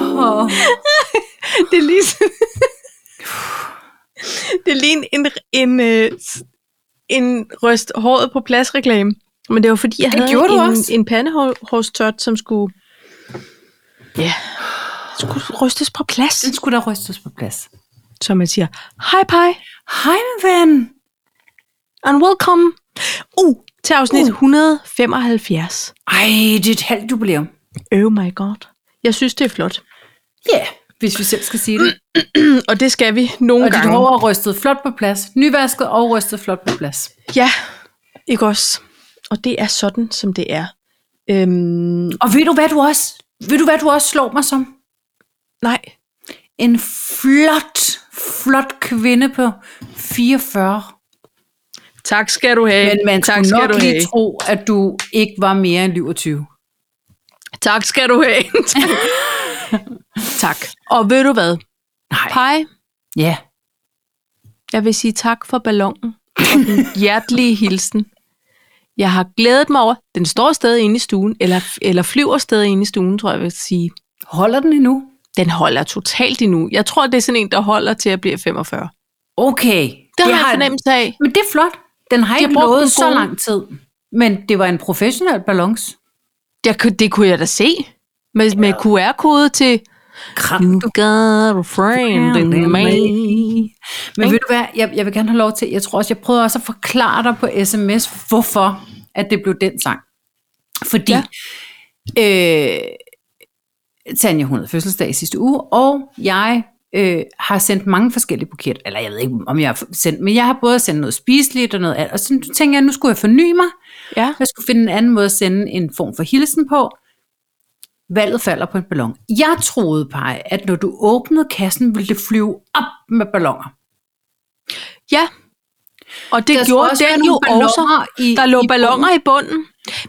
Åh. Det er lige sådan, Det er lige en, en, øh, en røst håret på plads reklame. Men det var fordi, jeg Det havde gjorde du en, også. en pandehårstot, som skulle, ja, skulle rystes på plads. Den skulle da rystes på plads. Så man siger, hej pej, Hej, min ven. and welcome uh, til afsnit Uh. 175. Ej, det er et halvt jubilæum. Oh my god. Jeg synes, det er flot. Ja, yeah, hvis vi selv skal sige det. Mm, Og det skal vi nogle Og dit gange. hår er rystet flot på plads. Nyvasket og rystet flot på plads. Ja, ikke også? Og det er sådan, som det er. Øhm, Og ved du, hvad du også, ved du, hvad du også slår mig som? nej, En flot, flot kvinde på 44. tak skal du have. Men man tak skulle skal nok du lige have. tro, at du ikke var mere end 27. Tak skal du have. tak. Og ved du hvad? Nej. Pej, Ja. jeg vil sige tak for ballonen. Og den hjertelige hilsen. Jeg har glædet mig over, den står stadig inde i stuen, eller, eller flyver stadig inde i stuen, tror jeg, jeg vil sige. Holder den endnu? Den holder totalt endnu. Jeg tror, det er sådan en, der holder til at blive 45. Det, Okay. det har jeg fornemmelse af. Men det er flot. Den har De ikke har brugt nået den så gode. lang tid. Men det var en professionel balance. Jeg, kunne- det kunne jeg da se. Med, med QR-kode til Kram. You got a friend in me. Men ved du hvad, jeg, jeg vil gerne have lov til, jeg tror også, jeg prøvede også at forklare dig på sms, hvorfor at det blev den sang. Fordi Ja. ja. øh, Tanja, hun havde fødselsdag i sidste uge, og jeg øh, har sendt mange forskellige buketter, eller jeg ved ikke, om jeg har f- sendt, men jeg har både sendt noget spiseligt og noget andet, og så tænker jeg, nu skulle jeg forny mig, Ja. jeg skulle finde en anden måde at sende en form for hilsen på. Valget falder på en ballon. Jeg troede, Paj, at når du åbnede kassen, ville det flyve op med balloner. Ja. Og det Der der skulle gjorde også være den nogle jo balloner også. i- der lå i balloner i bunden.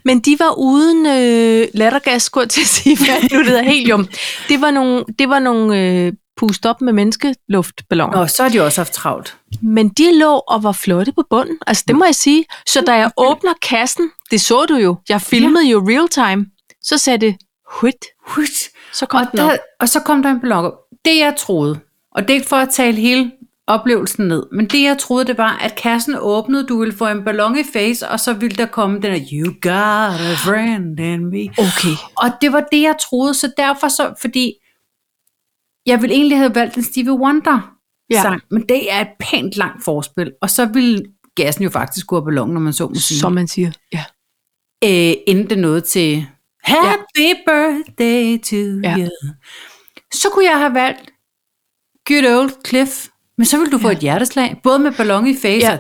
Men de var uden øh, lattergas, skulle jeg til at sige, hvad nu det hedder helium. Det var nogle, det var nogle øh, pust op med menneskeluftballoner. Nå, så har de også haft travlt. Men de lå og var flotte på bunden. Altså, det må jeg sige. Så da jeg åbner kassen, det så du jo, jeg filmede jo real time, så sagde det, hut, Hut. så kom Og, den op. der, og så kom der en ballon op. Det jeg troede, og det er ikke for at tale hele oplevelsen ned, men det jeg troede, det var, at kassen åbnede, du ville få en ballon i face, og så ville der komme den her, you got a friend in me. Okay. Og det var det, jeg troede, så derfor så, fordi jeg ville egentlig have valgt en Stevie Wonder Ja. sang, men det er et pænt langt forspil, og så ville gassen jo faktisk gå af ballon, når man så musik, Som man siger. Ja. øh, inden det nåede til Happy birthday to Ja. you. Så kunne jeg have valgt Good Old Cliff, men så ville du få et hjerteslag, både med ballon i face Ja. og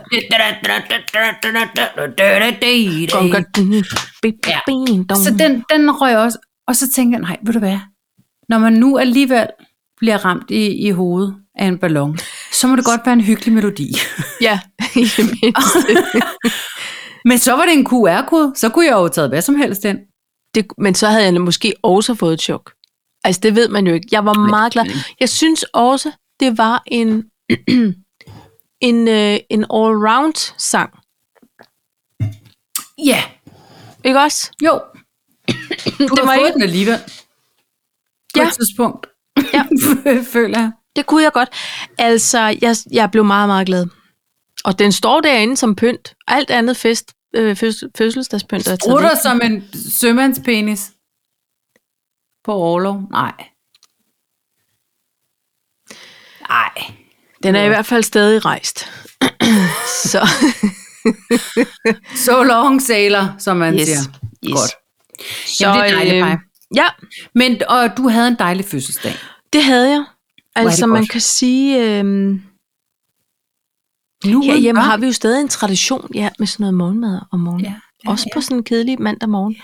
Gonga, dun, bing, Ja. bing, dong. Så den, den røg også. Og så tænkte jeg, nej, ved du hvad? Når man nu alligevel bliver ramt i, i hovedet af en ballon, så må det godt være en hyggelig melodi. Ja, i det mindste. Men så var det en QR-kode, så kunne jeg jo have taget hvad som helst den. det, men så havde jeg måske også fået et chok. Altså, det ved man jo ikke. Jeg var meget glad. Jeg synes også, det var en, en, øh, en all-round sang. Ja, Ikke også? jo. Du det var var fået ikke- den alligevel. På Ja. et tidspunkt. Ja. Føler jeg. Det kunne jeg godt. Altså, jeg, jeg blev meget, meget glad. Og den står derinde som pynt. Alt andet fest, øh, føds, fødselsdagspynt er taget Brutter væk. som en sømandspenis. På overlov? Nej. Nej. Den er i hvert fald stadig rejst. så, So long, sailor, som man Yes. siger. Yes. øh, Godt. Jamen, det er dejligt, Maja. ja, øh, Men og du havde en dejlig fødselsdag. det havde jeg. det Altså, man godt. kan sige... Øh, Nu Her hjemme har vi jo stadig en tradition ja, med sådan noget morgenmad om morgenen. Ja, Ja, ja, ja, Også på sådan en kedelig mandag morgen.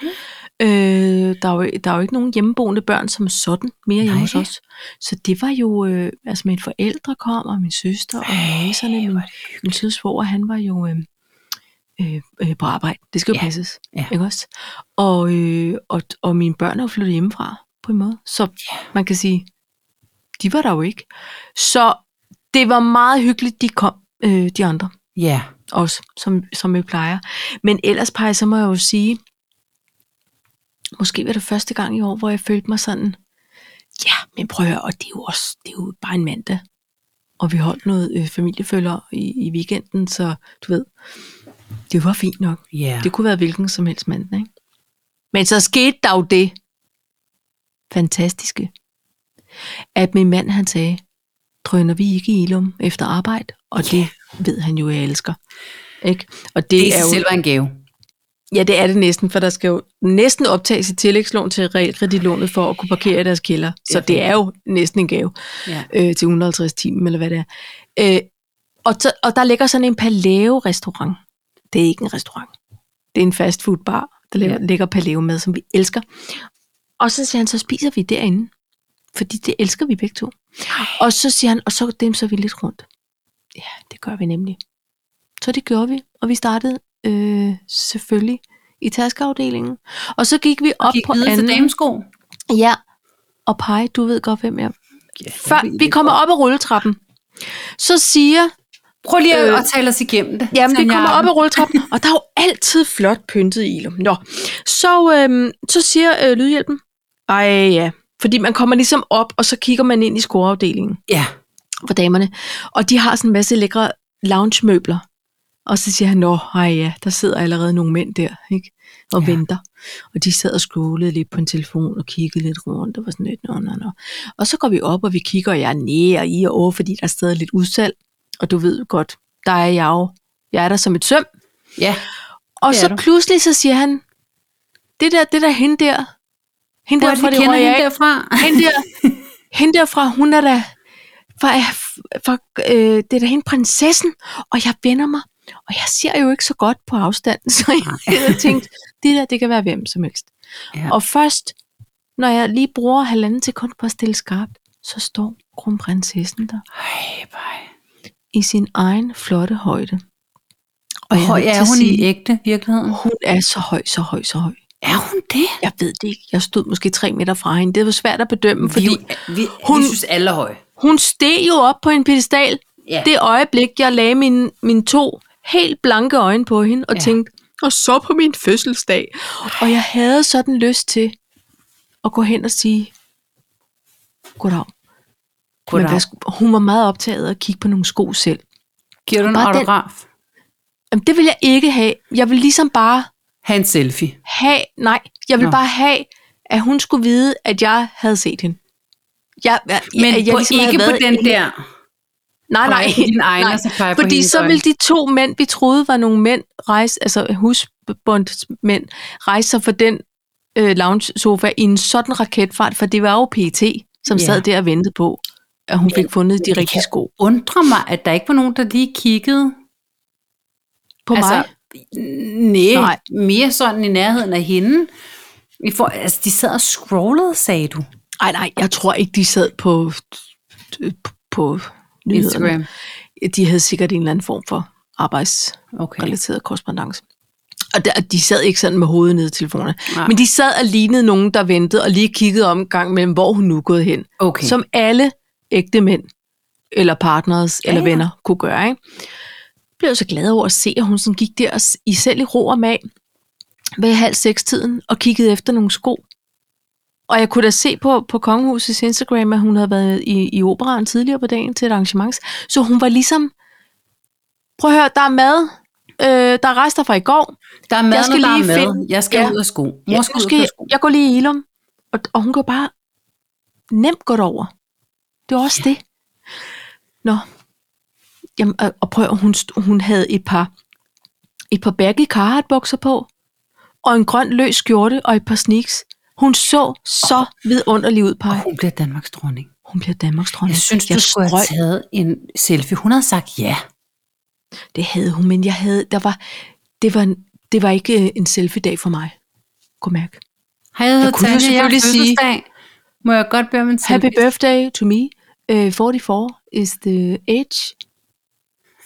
Ja. Øh, der, er jo, der er jo ikke nogen hjemmeboende børn som sådan mere hjemme hos Nej. os. Så det var jo, øh, altså mine forældre kom, og min søster og næserne. Min, min sødsvoger, han var jo øh, øh, øh, på arbejde. Det skal jo Ja. ja. passes, Ja. ikke også? Og, øh, og, og mine børn er jo flyttet hjemmefra på en måde. Så ja. man kan sige, de var der jo ikke. Så det var meget hyggeligt, de kom, øh, de andre Ja. også, som, som vi plejer. Men ellers, Paj, så må jeg jo sige, måske var det første gang i år, hvor jeg følte mig sådan Ja, men prøv at høre, og det er jo også det er jo bare en mandag. Og vi holdt noget øh, familiefølger i, i weekenden, så du ved, det var fint nok. Ja. Det kunne være hvilken som helst mandag, ikke? Men så skete der jo det fantastiske, at min mand han sagde, drøner vi ikke i Ilum efter arbejde? Og det ved han jo, jeg elsker. Ikke? Og det, Det i er sig jo, selv var en gave. Ja, det er det næsten, for der skal jo næsten optages et tillægslån til realkreditlånet for at kunne parkere i deres kælder. Så Det er det er jo næsten en gave Ja. øh, til 150 timer, eller hvad det er. Øh, og, så, og der ligger sådan en paleo-restaurant. Det er ikke en restaurant. Det er en fastfoodbar, der Ja. ja. ligger paleo med, som vi elsker. Og så siger han, så spiser vi derinde. Fordi det elsker vi begge to. Og så siger han, og så dimser vi lidt rundt. Ja, det gør vi nemlig. Så det gjorde vi, og vi startede øh, selvfølgelig i taskeafdelingen. Og så gik vi op Gik på ned for anden. damesko. Ja, og pege, du ved godt, hvem jeg er. Ja, Før vi kommer op ad rulletrappen, så siger Prøv lige at, Øh, at tale os igennem det. Jamen, vi Tanja kommer op Arden. ad rulletrappen, og der er jo altid flot pyntet i Ilum. Nå, så, øhm, så siger øh, lydhjælpen, ej ja, fordi man kommer ligesom op, og så kigger man ind i skoreafdelingen Ja. for damerne, og de har sådan en masse lækre lounge-møbler. Og så siger han, nå, ej ja, der sidder allerede nogle mænd der, ikke? Og Ja. ja. venter. Og de sad og scrollede lidt på en telefon og kiggede lidt rundt, og var sådan lidt, nå, nå, nå. Og så går vi op, og vi kigger, og jeg er næ og i og over, fordi der er stadig lidt udsalg. Og du ved godt, der er jeg jo. Jeg er der som et søm. Ja. Og Det er så du. pludselig så siger han, det der, det der, hende der, hende der Hvor er det, fra vi det kender hende royale, derfra? hende der, hende der fra, hun er da, fra, fra øh, det er da hende prinsessen, og jeg vender mig, og jeg ser jo ikke så godt på afstanden, så jeg havde tænkt, det der, det kan være hvem som helst. Ja. Ja. Og først, når jeg lige bruger halvanden sekund på at stille skarpt, så står kronprinsessen der Ej, bye. i sin egen flotte højde. Og jeg høj nødt til er at hun i sige, ægte virkeligheden? Hun er så høj, så høj, så høj. Er hun det? Jeg ved det ikke. Jeg stod måske tre meter fra hende. Det var svært at bedømme, Fordi fordi vi, hun- alle er høje. hun steg jo op på en pedestal. Ja. Det øjeblik, jeg lagde mine, mine to helt blanke øjne på hende og Ja. ja. tænkte, og så på min fødselsdag. Og jeg havde sådan lyst til at gå hen og sige, goddag. Men Goddag. hvad sk- hun var meget optaget af at kigge på nogle sko selv. Giver du en Bare den- autograf? Jamen, det vil jeg ikke have. Jeg vil ligesom bare Ha' en selfie. have, nej, jeg vil Nå. bare have, at hun skulle vide, at jeg havde set hende. Jeg, jeg, Men jeg, jeg på, havde ikke på været den inde- der. Nej, nej. Pege på dine egne, nej. og så pege på Fordi hendes så øjne. ville de to mænd, vi troede var nogle mænd, rejse, altså husbundsmænd, rejse sig for den øh, lounge sofa i en sådan raketfart, for det var jo PT, som Ja. ja. sad der og ventede på, at hun fik fundet de det kan- rigtige sko Undrer mig, at der ikke var nogen, der lige kiggede. på altså, mig. Næ, Nej. mere sådan i nærheden af hende. I for, altså, de sad og scrollede, sagde du. Nej, nej, jeg tror ikke, de sad på, på nyhederne. Instagram. De havde sikkert en eller anden form for arbejds... Okay. relateret korrespondence. Og der, de sad ikke sådan med hovedet nede i telefonerne. Nej. Men de sad og lignede nogen, der ventede og lige kiggede om en gang mellem, hvor hun nu er gået hen. Okay. okay. Som alle ægte mænd, eller partners, Ja, ja, eller ja. venner kunne gøre. Ikke? Jeg blev så glad over at se, at hun sådan gik der og s- i selv i ro og mag ved halv seks tiden og kiggede efter nogle sko. Og jeg kunne da se på, på Kongehusets Instagram, at hun havde været i, i operan tidligere på dagen til et arrangement. Så hun var ligesom, prøv at høre, der er mad, øh, der er rester fra i går. der er mad, jeg skal når der lige er mad. finde- Jeg skal Ja. ud og sko. Mor Ja, skal nu ud og skal jeg, køre sko. jeg går lige i Ilum. Og, og hun går bare nemt godt over. Det var også ja. det. Nå. Jamen, og, og prøv, at- hun, st- hun havde et par, et par baggy Carhartt bukser på, og en grøn løs skjorte og et par sneaks. Hun så så vidunderlig ud, Og Paj. hun bliver Danmarks dronning. Hun bliver Danmarks dronning. Jeg synes, du skulle have strøg- taget en selfie. Hun havde sagt ja. Det havde hun, men jeg havde, der var, det, var, en- det var ikke øh, en selfie-dag for mig. Kunne mærke. Hej, jeg hedder kunne jo Tanja, jeg har selvfølgelig sige- fødselsdag. Må jeg godt bede om en Happy selfie? birthday to me. Uh, 44 is the age.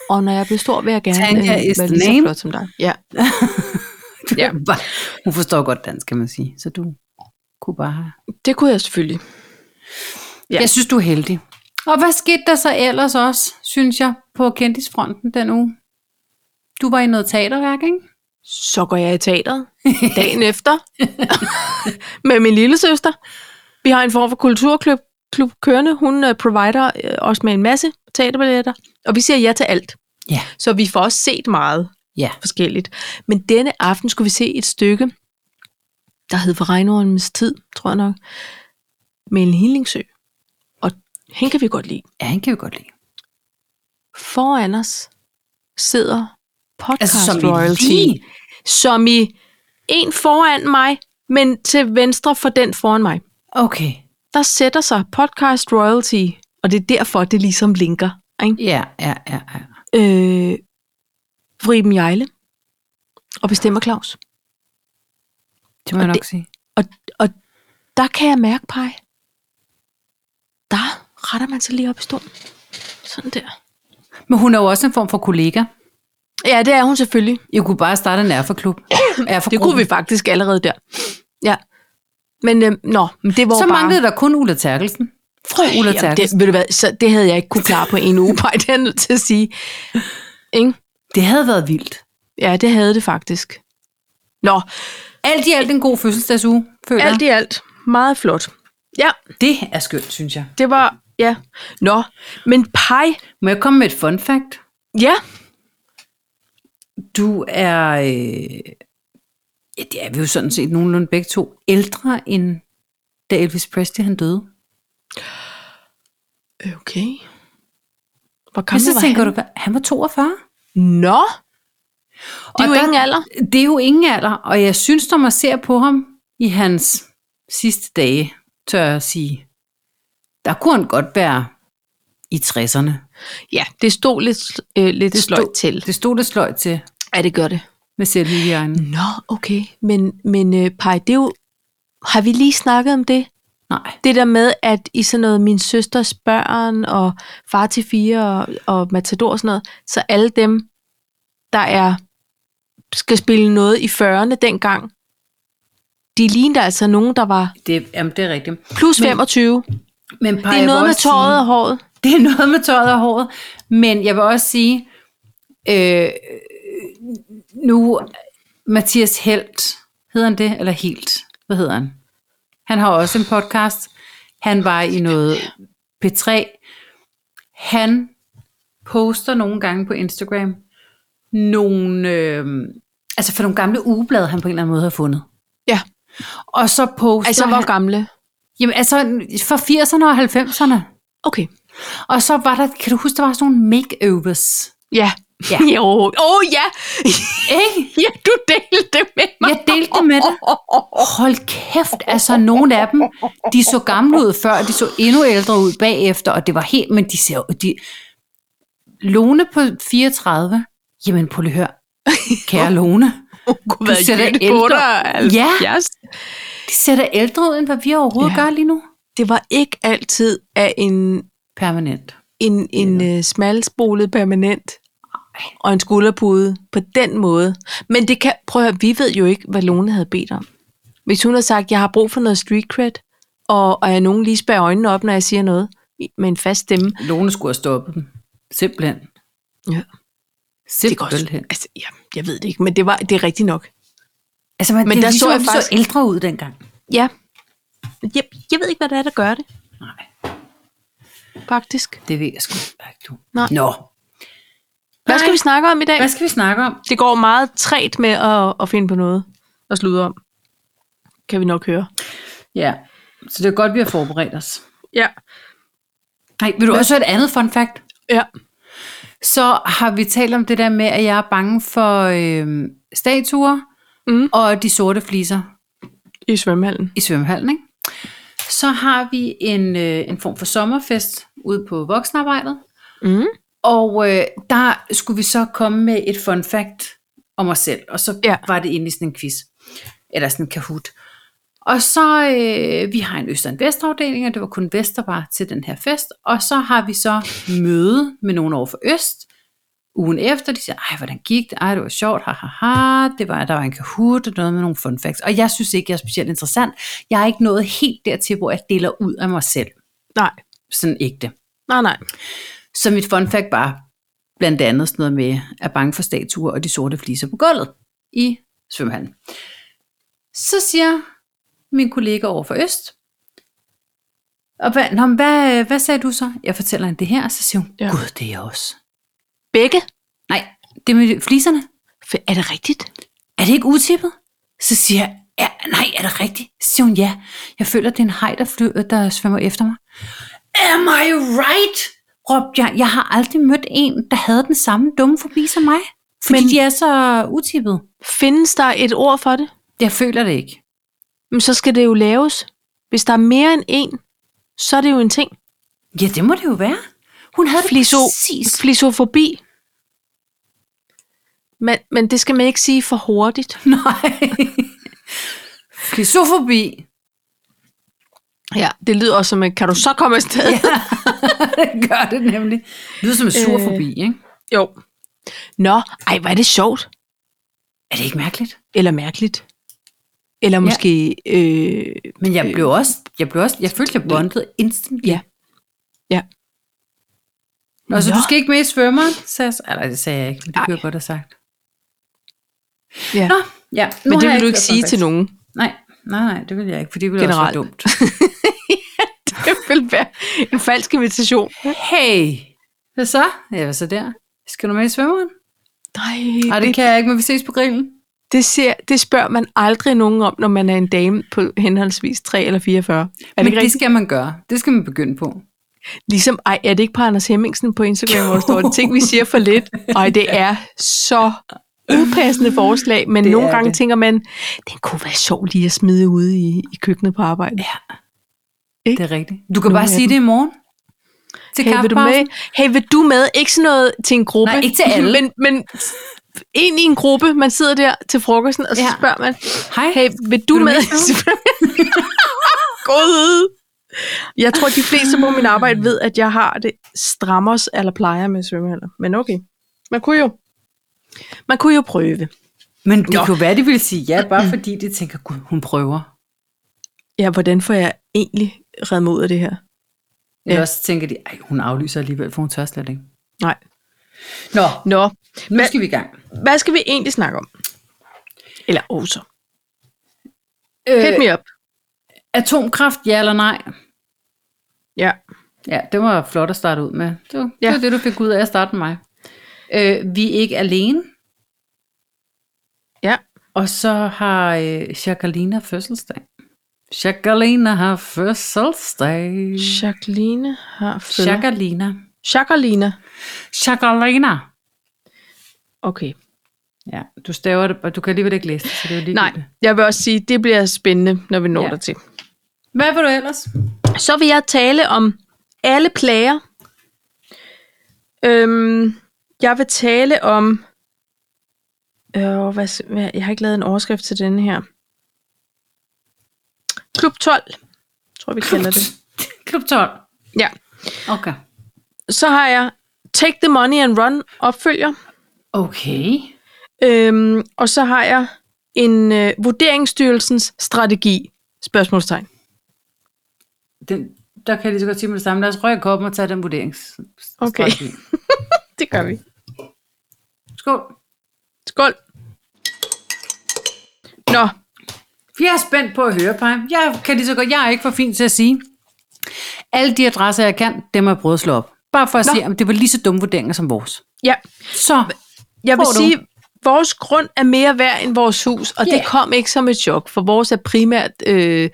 Og når jeg bliver stor, vil jeg gerne Tanja øh, is være the lige så name. flot som dig. Ja. Ja. Hun forstår godt dansk, kan man sige. Så du kunne bare have... Det kunne jeg selvfølgelig. Ja. Ja. Jeg synes, du er heldig. Og hvad skete der så ellers også, synes jeg, på kendisfronten den uge? Du var i noget teaterværk, ikke? Så går jeg i teateret dagen efter med min lille søster. Vi har en form for kulturklub klub kørende. Hun øh, provider øh, os med en masse teaterbilletter, og vi siger ja til alt. Ja. Så vi får også set meget Ja. forskelligt. Men denne aften skulle vi se et stykke, der hed For Regnormens Tid, tror jeg nok, med en Hillingsø. Og hende kan vi godt lide. ja, han kan vi godt lide. Foran os sidder podcast Altså, altså, som vi royalty. lige- Som i en foran mig, men til venstre for den foran mig. Okay, Der sætter sig podcast royalty, og det er derfor, det ligesom linker. Ikke? ja, ja, ja, ja. Øh, Friben Jejle og bestemmer Claus. Det må Og jeg nok det- sige. Og, og der kan jeg mærke, Paj, der retter man sig lige op i stolen. Sådan der. Men hun er jo også en form for kollega. Ja, det er hun selvfølgelig. Jeg kunne bare starte en erferklub. Erfergruppe. Det kunne vi faktisk allerede der. Ja. Men øhm, nå, men det var Så bare... manglede der kun Ulla Terkelsen. Frø Ulla Jamen, Terkelsen. det, ved du hvad, så det havde jeg ikke kunne klare på en uge, Paj, det er jeg nødt til at sige. Ikke? Det havde været vildt. Ja, det havde det faktisk. Nå, Alt i alt en god fødselsdagsuge, føler alt alt i alt, meget flot. Ja, Det er skønt, synes jeg. det var... Ja. Nå, men Paj... Må jeg komme med et fun fact? Ja, Du er... Øh... Ja, det er vi jo sådan set nogenlunde begge to. Ældre end da Elvis Presley han døde. Okay. Hvor Men gammel så var tænker han? du, hvad? han var 42. Nå, det er Og jo der- ingen alder. Det er jo ingen alder, og jeg synes, når man ser på ham i hans sidste dage, tør jeg sige, der kunne han godt være i 60'erne. Ja, det stod lidt, øh, lidt det sløjt stod- til. Mm. Det stod det sløjt til Ja, det gør det. med selvhygiejnen. Nå, okay. Men, men øh, Paj, det er jo... Har vi lige snakket om det? Nej. Det der med, at i sådan noget Min Søsters Børn og Far til Fire og, og Matador og sådan noget, så alle dem, der er skal spille noget i 40'erne dengang, de ligner altså nogen, der var Det, jamen, det er rigtigt. plus Men- 25. Men Paj, det jeg er vil noget med også sige- tøjet og håret. Det er noget med tøjet og håret. Men jeg vil også sige, øh, nu Mathias Helt, hedder han det? Eller Helt? Hvad hedder han? Han har også en podcast. Han var i noget P3. Han poster nogle gange på Instagram nogle, øh, altså for nogle gamle ugeblade, han på en eller anden måde har fundet. Ja, Og så poster altså han, hvor gamle? jamen, altså fra 80'erne og 90'erne. Okay. Og så var der, kan du huske, der var sådan nogle makeovers? Ja. Ja. jo. Åh oh, ja. Ikke? ja, du delte det med mig. Jeg delte det med dig. Hold kæft, altså nogle af dem, de så gamle ud før, og de så endnu ældre ud bagefter, og det var helt, men de ser jo- de... Lone på 34, jamen prøv lige at høre, kære Lone, Kunne være jytte gutter, altså. Ja. de ser da ældre ud, end hvad vi overhovedet Ja. ja. gør lige nu. Det var ikke altid af en, Permanent. en, en ja. smalspolet permanent og en skulderpude på den måde. Men det kan, prøv at høre, vi ved jo ikke, hvad Lone havde bedt om. Hvis hun havde sagt, jeg har brug for noget street cred, og, og jeg nogen lige spærer øjnene op, når jeg siger noget i- med en fast stemme. Lone skulle have stoppet dem. Simpelthen. Ja. Det kan også, Simpelthen. altså, ja, jeg ved det ikke, men det, var, det er rigtigt nok. Altså, man, Men men det, der der så ligesom, jeg så, faktisk- så ældre ud dengang. Ja. Jeg, jeg ved ikke, hvad det er, der gør det, Nej. faktisk. Det ved jeg sgu ikke, du. Nej. Nå. Hvad skal vi snakke om i dag? Hvad skal vi snakke om? Det går meget træt med at, at finde på noget at slutte om. Kan vi nok høre. Ja, så det er godt, vi har forberedt os. Ja. Nej, vil du også høre et andet fun fact? Ja. Så har vi talt om det der med, at jeg er bange for øh, statuer Mm. og de sorte fliser I svømmehallen. i svømmehallen. Ikke? Så har vi en, øh, en form for sommerfest ude på voksenarbejdet. Mm. Og øh, der skulle vi så komme med et fun fact om os selv. Og så Ja. ja. var det egentlig sådan en quiz. Eller sådan en kahoot. Og så, øh, vi har en øst- og en vestafdeling, og det var kun vest, der var til den her fest. Og så har vi så møde med nogen over for øst. Ugen efter, de siger, ej, hvordan gik det? Ej, det var sjovt, ha, ha, ha. Det var, der var en kahoot og noget med nogle fun facts. Og jeg synes ikke, jeg er specielt interessant. Jeg er ikke nået helt dertil, hvor jeg deler ud af mig selv. Nej. Sådan ægte. Nej, nej. Så mit fun fact var blandt andet sådan noget med, at bange for statuer og de sorte fliser på gulvet i svømmehallen. Så siger min kollega over for Øst, Og hvad, nå, men hvad, øh, hvad sagde du så? Jeg fortæller hende det her, og så siger hun, ja. Ja. gud, det er jeg også. Begge? Nej, det er med fliserne. F- Er det rigtigt? Er det ikke utippet? Så siger jeg, ja, nej, er det rigtigt? Så siger hun, ja. Jeg føler, det er en hej, der, fly, der svømmer efter mig. Am I right? råbte jeg. Jeg har aldrig mødt en, der havde den samme dumme forbi som mig. Fordi Men... Men- de er så utippet. Findes der et ord for det? Jeg føler det ikke. Men så skal det jo laves. Hvis der er mere end en, så er det jo en ting. Ja, det må det jo være. Hun havde det Fliso, præcis. flisofobi. Men, men det skal man ikke sige for hurtigt. Nej. Flisofobi. Ja, det lyder også som, et, kan du så komme afsted? Ja. det gør det nemlig. Det lyder som en surfobi, øh... ikke? Jo. Nå, ej, var det sjovt. Er det ikke mærkeligt? Eller mærkeligt. Eller måske... Ja. Øh, Men jeg blev også, jeg blev også, jeg følte, jeg bondede instant. ja. Ja. Og så Nå. du skal ikke med i svømmeren, sagde jeg. så. Eller det sagde jeg ikke, men det Ej. kunne jeg godt have sagt. ja. Nå, ja. Men nu det har jeg vil du ikke hørt sige fra til Max. nogen. Nej, nej, nej, det vil jeg ikke, for det ville Generelt. også være Generelt. dumt. Det vil være en falsk invitation. Hey, hvad så? Ja, hvad så der? Skal du med i svømmeren? Nej, Nej, det kan jeg ikke, men vi ses på grillen. det, ser, det spørger man aldrig nogen om, når man er en dame på henholdsvis 3 eller 44. Er det Men ikke det rigtigt? skal man gøre. Det skal man begynde på. Ligesom, ej, er det ikke på Anders Hemmingsen på Instagram, hvor der står, det ting, vi siger for lidt? Ej, det er så upassende forslag, men Det det nogle er gange det. det. tænker man, den kunne være sjov lige at smide ude i, i køkkenet på arbejde. Ja. Ikke? Det er rigtigt. Du kan Nogle bare af sige det i morgen. Til Hey, vil du med? kaffepausen. Hey, vil du med? Ikke sådan noget til en gruppe. Nej, ikke til alle. Men, men ind i en gruppe, man sidder der til frokosten, og så Ja. ja. spørger man, Hej. hey, vil du, Vil du med? med? God. Jeg tror, de fleste på min arbejde ved, at jeg har det strammers eller plejer med svømmehaller. Men okay, man kunne jo, man kunne jo prøve. Men det Nå. kunne være, de ville sige ja, bare fordi de tænker, gud, hun prøver. Ja, hvordan får jeg egentlig reddet mig ud af det her? Eller Ja. også tænker de, ej, hun aflyser alligevel, for hun tør slet ikke. Nej. Nå, Nå, nu Hvad- skal vi i gang. hvad skal vi egentlig snakke om? Eller også. Hit me up. Øh, atomkraft, ja eller nej? Ja. Ja, det var flot at starte ud med. Det var, Ja. ja. det, var det, du fik ud af at starte med mig. Øh, vi er ikke alene. Ja. Og så har øh, Jacqueline fødselsdag. Jacqueline har fødselsdag. Jacqueline har fødselsdag. Jacqueline. Jacqueline. Jacqueline. Okay. Ja, du staver det, og du kan alligevel ikke læse det, så det er jo Nej, ligegyldigt. jeg vil også sige, det bliver spændende, når vi når Ja. ja. dertil. Hvad vil du ellers? Så vil jeg tale om alle plager. Øhm, jeg vil tale om... Øh, hvad, s- hvad, jeg har ikke lavet en overskrift til denne her. Klub 12, tror jeg, vi kalder det. Klub 12. Ja. Okay. Så har jeg Take the Money and Run opfølger. Okay. Øhm, og så har jeg en øh, vurderingsstyrelsens strategi. Spørgsmålstegn. Den, der kan jeg lige så godt sige med det samme. Lad os røre i koppen og tage den vurderings. Okay. strategi. Det gør vi. Skål. Skål. Nå, Jeg er spændt på at høre, Paj. Jeg kan lige så godt, jeg er ikke for fin til at sige. Alle de adresser, jeg kan, dem har jeg prøvet at slå op. Bare for at Nå. Nå. se, om det var lige så dumme vurderinger som vores. ja, Så, jeg vil Tror du? sige, vores grund er mere værd end vores hus, og Ja. det kom ikke som et chok, for vores er primært øh,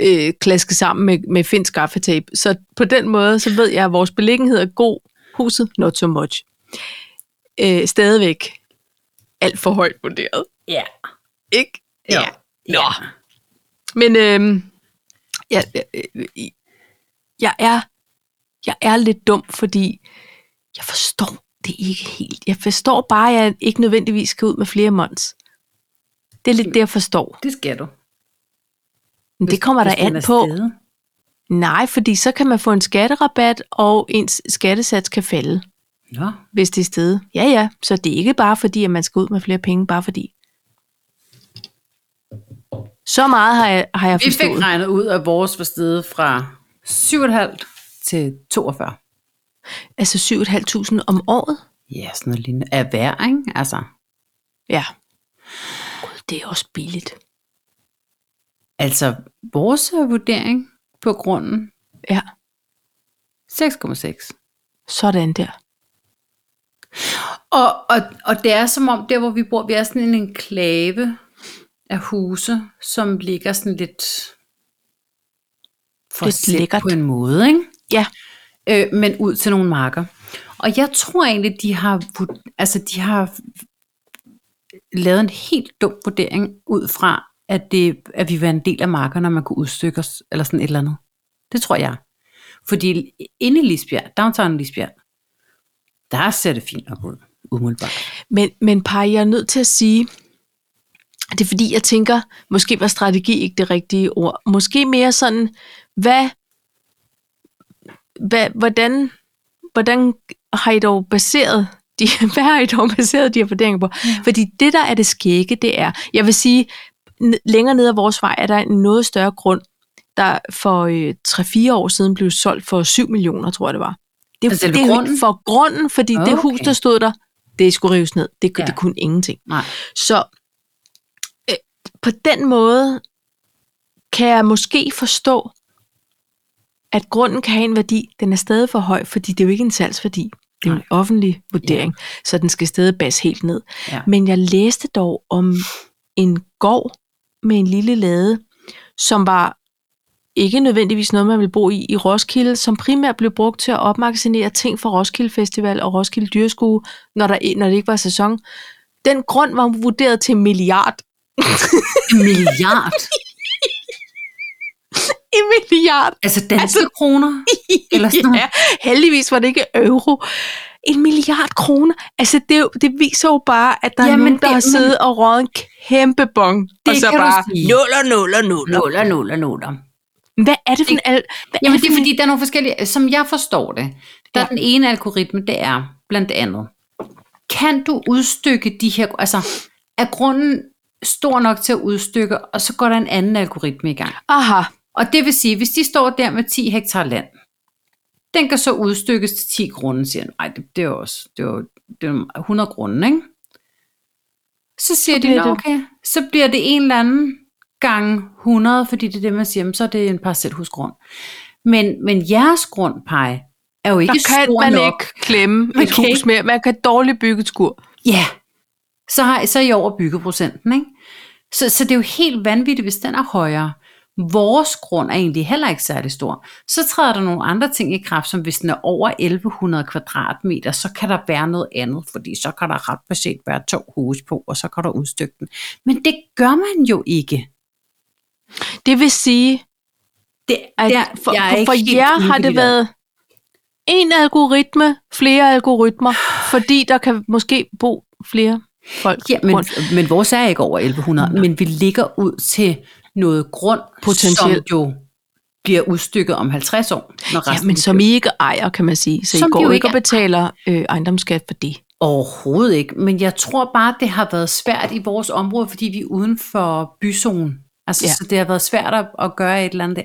øh, klasket sammen med, med finsk gaffetape. Så på den måde, så ved jeg, at vores beliggenhed er god, huset not so much. Øh, stadigvæk alt for højt vurderet, ja. ikke? Jo. Nå. Men øhm, jeg, jeg, øh, jeg, er, jeg er lidt dum, fordi jeg forstår det ikke helt. Jeg forstår bare, at jeg ikke nødvendigvis skal ud med flere måneds. Det er lidt det, jeg forstår. Det skal du. Men det kommer der Hvis den an er på. steget. Nej, fordi så kan man få en skatterabat, og ens skattesats kan falde, Nå. hvis det er stedet. Ja, ja. Så det er ikke bare fordi, at man skal ud med flere penge, bare fordi. Så meget har jeg, har jeg Vi fik forstået. regnet ud, at vores var steget fra 7,5 til 42. Altså 7.500 om året? Ja, sådan noget lignende. Af hver, ikke? Altså, Ja. Gud, det er også billigt. altså vores øh, vurdering på grunden. Ja. 6,6. Sådan der. Og, og, og det er som om, der hvor vi bor, vi er sådan en enklave af huse, som ligger sådan lidt for Lidt slet lækkert. på en måde, ikke? Ja. Øh, men ud til nogle marker. Og jeg tror egentlig, de har, vurd- altså, de har lavet en helt dum vurdering ud fra, at, det, at vi var en del af markerne, og man kunne udstykke os, eller sådan et eller andet. Det tror jeg. Fordi inde i Lisbjerg, downtown Lisbjerg, der ser det fint nok ud, umiddelbart. Men, men par, jeg er nødt til at sige, det er fordi, jeg tænker, måske var strategi ikke det rigtige ord. Måske mere sådan, hvad, hvad hvordan, hvordan har I dog baseret de, hvad har I dog baseret de her vurderinger på? Ja. Fordi det, der er det skægge, det er, jeg vil sige, n- længere ned ad vores vej er der en noget større grund, der for øh, 3-4 år siden blev solgt for 7 millioner, tror jeg det var. Det, Altså selve det, er jo ikke grunden? for grunden, fordi okay. det hus, Okay. der stod der, det skulle rives ned. Det, Ja. ja. det kunne ingenting. Nej. Så øh, på den måde kan jeg måske forstå, at grunden kan have en værdi, den er stadig for høj, fordi det er jo ikke en salgsværdi. Det er jo en offentlig vurdering, ja. så den skal stadig bas helt ned. Ja. Men jeg læste dog om en gård med en lille lade, som var ikke nødvendigvis noget, man ville bo i i Roskilde, som primært blev brugt til at opmagasinere ting fra Roskilde Festival og Roskilde Dyreskue, når, der, når det ikke var sæson. Den grund var vurderet til en milliard. En milliard. En milliard! Altså danske altså, kroner? Eller sådan noget. ja, heldigvis var det ikke euro. En milliard kroner. Altså, det, er jo- det viser jo bare, at der Jamen, Jamen, er nogen, der det- har men- siddet og røget en kæmpe bong. Og Det så kan du bare sige. nuller, nuller, nuller. Nuller, nuller, nuller. Hvad er det for en... Al- hvad Jamen for det er en- fordi, der er nogle forskellige, som jeg forstår det, der ja. Ja. den ene algoritme, det er blandt andet, kan du udstykke de her, altså er grunden stor nok til at udstykke, og så går der en anden algoritme i gang. Aha. Og det vil sige, hvis de står der med 10 hektar land, den kan så udstykkes til 10 grunde, siger han. Nej, det, det er jo også det er jo, det er jo 100 grunde, ikke? Så siger så de, bliver "Nå, det- okay, så bliver det en eller anden gang 100, fordi det er det, man siger, "Jamen, så er det en parcelhusgrund. Men, men jeres grund, Paj, er jo ikke Der kan stor man nok. ikke klemme Man et kan hus ikke- mere. Man kan dårligt bygge et skur. Ja, så, har, så er I over byggeprocenten, ikke? Så, så det er jo helt vanvittigt, hvis den er højere. Vores grund er egentlig heller ikke særlig stor. Så træder der nogle andre ting i kraft, som hvis den er over 1100 kvadratmeter, så kan der være noget andet, fordi så kan der ret beset være to huse på, og så kan der udstykke den. Men det gør man jo ikke. Det vil sige, Det, at der, for, jeg er for, ikke helt for jer inde har i det der. været en algoritme, flere algoritmer, fordi der kan måske bo flere folk Ja, men, rundt. men vores er ikke over 1100, men vi ligger ud til noget grund, som Potentielt. jo bliver udstykket om 50 år. Når Ja, resten men som bliver- I ikke ejer, kan man sige. Så Som I de jo går ikke og ikke betaler øh, ejendomsskat for det. Overhovedet ikke, men jeg tror bare, det har været svært i vores område, fordi vi er uden for byzonen. Altså, ja. Ja. så det har været svært at, at gøre et eller andet. der.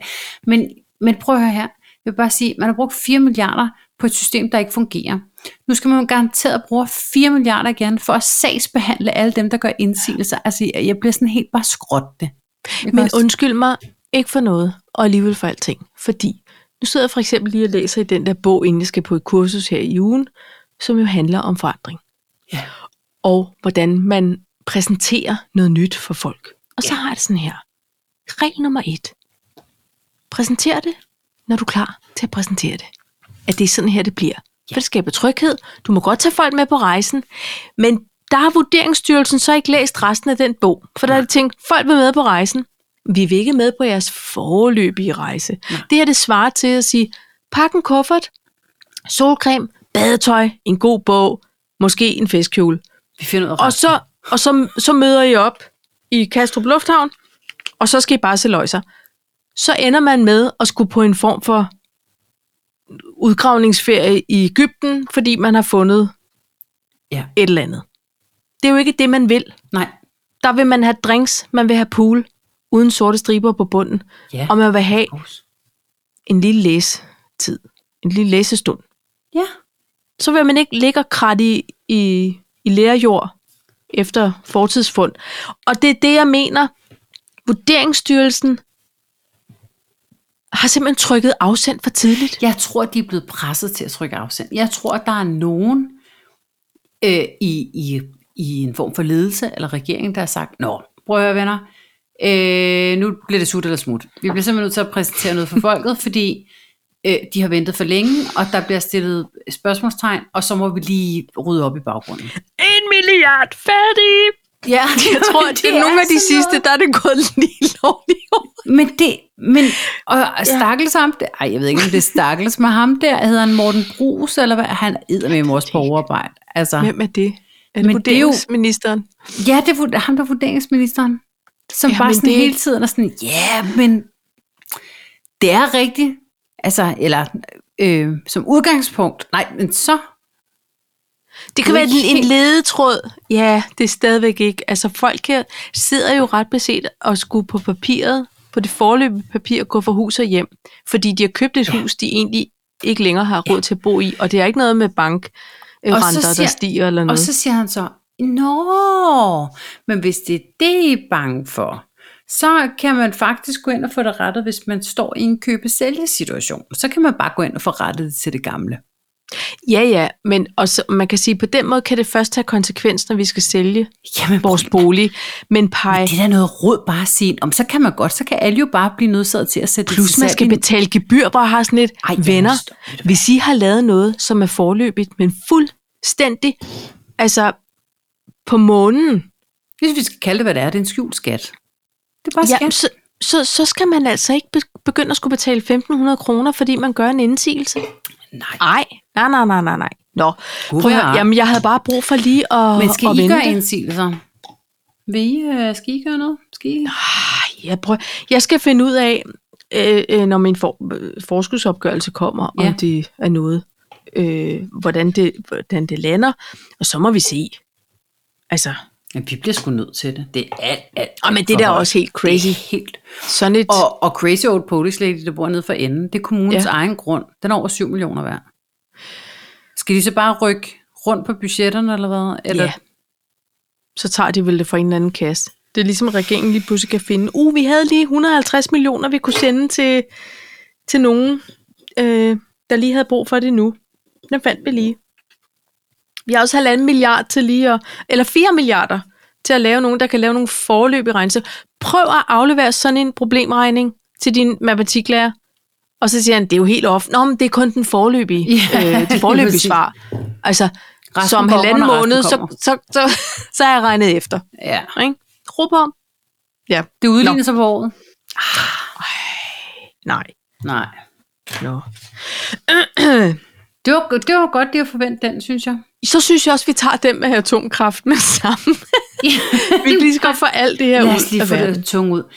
Men, men prøv at høre her. Jeg vil bare sige, man har brugt 4 milliarder på et system, der ikke fungerer. Nu skal man jo garanteret bruge 4 milliarder igen for at sagsbehandle alle dem, der gør indsigelser. Altså, jeg jeg bliver sådan helt bare skråt det. Jeg Men kan også- undskyld mig, ikke for noget, og alligevel for alting. Fordi nu sidder jeg for eksempel lige og læser i den der bog, inden jeg skal på et kursus her i ugen, som jo handler om forandring. Ja. Og hvordan man præsenterer noget nyt for folk. Og så har jeg det sådan her. Regel nummer et. Præsenter det, når du er klar til at præsentere det. At det er sådan her, det bliver. For det skaber tryghed. Du må godt tage folk med på rejsen. Men der har Vurderingsstyrelsen så ikke læst resten af den bog. For der har de tænkt, folk vil med på rejsen. Vi vil ikke med på jeres foreløbige rejse. Nej. Det her det svarer til at sige, pak en kuffert, solcreme, badetøj, en god bog, måske en festkjole. Vi finder ud af Og så, og så, så møder I op i Kastrup Lufthavn, og så skal I bare se løjser. Så ender man med at skulle på en form for udgravningsferie i Ægypten, fordi man har fundet Ja. et eller andet. Det er jo ikke det, man vil. Nej. Der vil man have drinks, man vil have pool, uden sorte striber på bunden, Ja. og man vil have en lille læsetid, en lille læsestund. Ja. så vil man ikke ligge og kratte i, i, i lærerjord efter fortidsfund. Og det er det, jeg mener. Vurderingsstyrelsen har simpelthen trykket afsend for tidligt. Jeg tror, de er blevet presset til at trykke afsend. Jeg tror, der er nogen øh, i, i, i en form for ledelse eller regering, der har sagt, Nå, prøv at høre, venner, øh, nu bliver det sut eller smut. Vi bliver simpelthen nødt til at præsentere noget for folket, fordi øh, de har ventet for længe, og der bliver stillet spørgsmålstegn, og så må vi lige rydde op i baggrunden. En milliard fattige! Ja, Jeg tror, det, det er nogle af de sidste, der er det gået lige lovligt over. Men det, men, og stakkels ham, der- ej, jeg ved ikke, om det er stakkels med ham der, hedder han Morten Brugs, eller hvad, han æder med mors på overarbejde. Altså, Hvem er det? Er det Men det er jo- vurderingsministeren? ja, det er vurd- ham, der er vurderingsministeren, som Ja, ja, bare men sådan det- det... hele tiden er sådan, ja, yeah, men det er rigtigt. Altså, eller øh, som udgangspunkt, nej, men så, Det kan Det være er ikke en, en helt- ledetråd. Ja, det er stadigvæk ikke. Altså folk her sidder jo ret beset og skulle på papiret, på det forløbige papir, gå fra hus og hjem. Fordi de har købt et ja. hus, de egentlig ikke længere har råd til at bo i. Og det er ikke noget med Og bankrenter, så siger, der siger- stiger eller noget. og så siger han så, nå, men hvis det er det, I er bange for, så kan man faktisk gå ind og få det rettet, hvis man står i en købe-sælge-situation. Så kan man bare gå ind og få rettet det til det gamle. Ja, ja, men og så, man kan sige, på den måde kan det først have konsekvens, når vi skal sælge Jamen, vores bolig. Men pej, det er da noget råd bare at sige, om så kan man godt, så kan alle jo bare blive nødsaget til at sætte det plus til man salg skal i- betale gebyr, hvor jeg har sådan et, Ej, Ej, jeg venner, forstår- ved du hvis I har lavet noget, som er forløbigt, men fuldstændig, altså på månen, Hvis vi skal kalde det, hvad det er, det er en skjult skat. Det er bare jamen, skat. så, så, så skal man altså ikke be- begynde at skulle betale 1.500 kroner, fordi man gør en indsigelse. Nej, Nej, nej, nej, nej, nej, nej. Nå, Gud, prøv at hvad høre, er- jamen jeg havde bare brug for lige at men skal at I vende gøre det. indsigelser? Vil I, øh, skal I gøre noget? Skal I? Ej, Jeg, prøver, jeg skal finde ud af, øh, øh, når min for, øh, forskudsopgørelse kommer, ja. Ja. om det er noget, øh, hvordan, det, hvordan det lander, og så må vi se. Altså, Jamen, vi bliver sgu nødt til det. Det er alt, alt, og men alt det for der er højt. også helt Det crazy. er helt. Sådan et, og, Og, og Crazy Old Polish Lady, der bor nede for enden, det er kommunens ja. Ja. egen grund. Den er over 7 millioner værd. Skal de så bare rykke rundt på budgetterne, eller hvad? Eller, ja, så tager de vel det fra en eller anden kasse. Det er ligesom, at regeringen lige pludselig kan finde, uh, vi havde lige 150 millioner, vi kunne sende til, til nogen, øh, der lige havde brug for det nu. Den fandt vi lige. Vi har også halvanden milliard til lige at, eller 4 milliarder til at lave nogen, der kan lave nogle forløbige regnelser. Prøv at aflevere sådan en problemregning til din matematiklærer. Og så siger han, det er jo helt off. Nå, men det er kun den forløbige, Ja, ja, øh, lige de forløbige præcis. svar. Altså, Resten så om kommer, halvanden når resten måned, så, kommer. så, så, så er jeg regnet efter. ja. Ikke? Ro på. Ja. Det udligner sig på året. Nej. Nej. No. Det var, det var godt, det at forvente den, synes jeg. Så synes jeg også, vi tager den med atomkraft med sammen. vi kan lige så godt få alt det her Lad ud os lige af få verden. det tunge ud.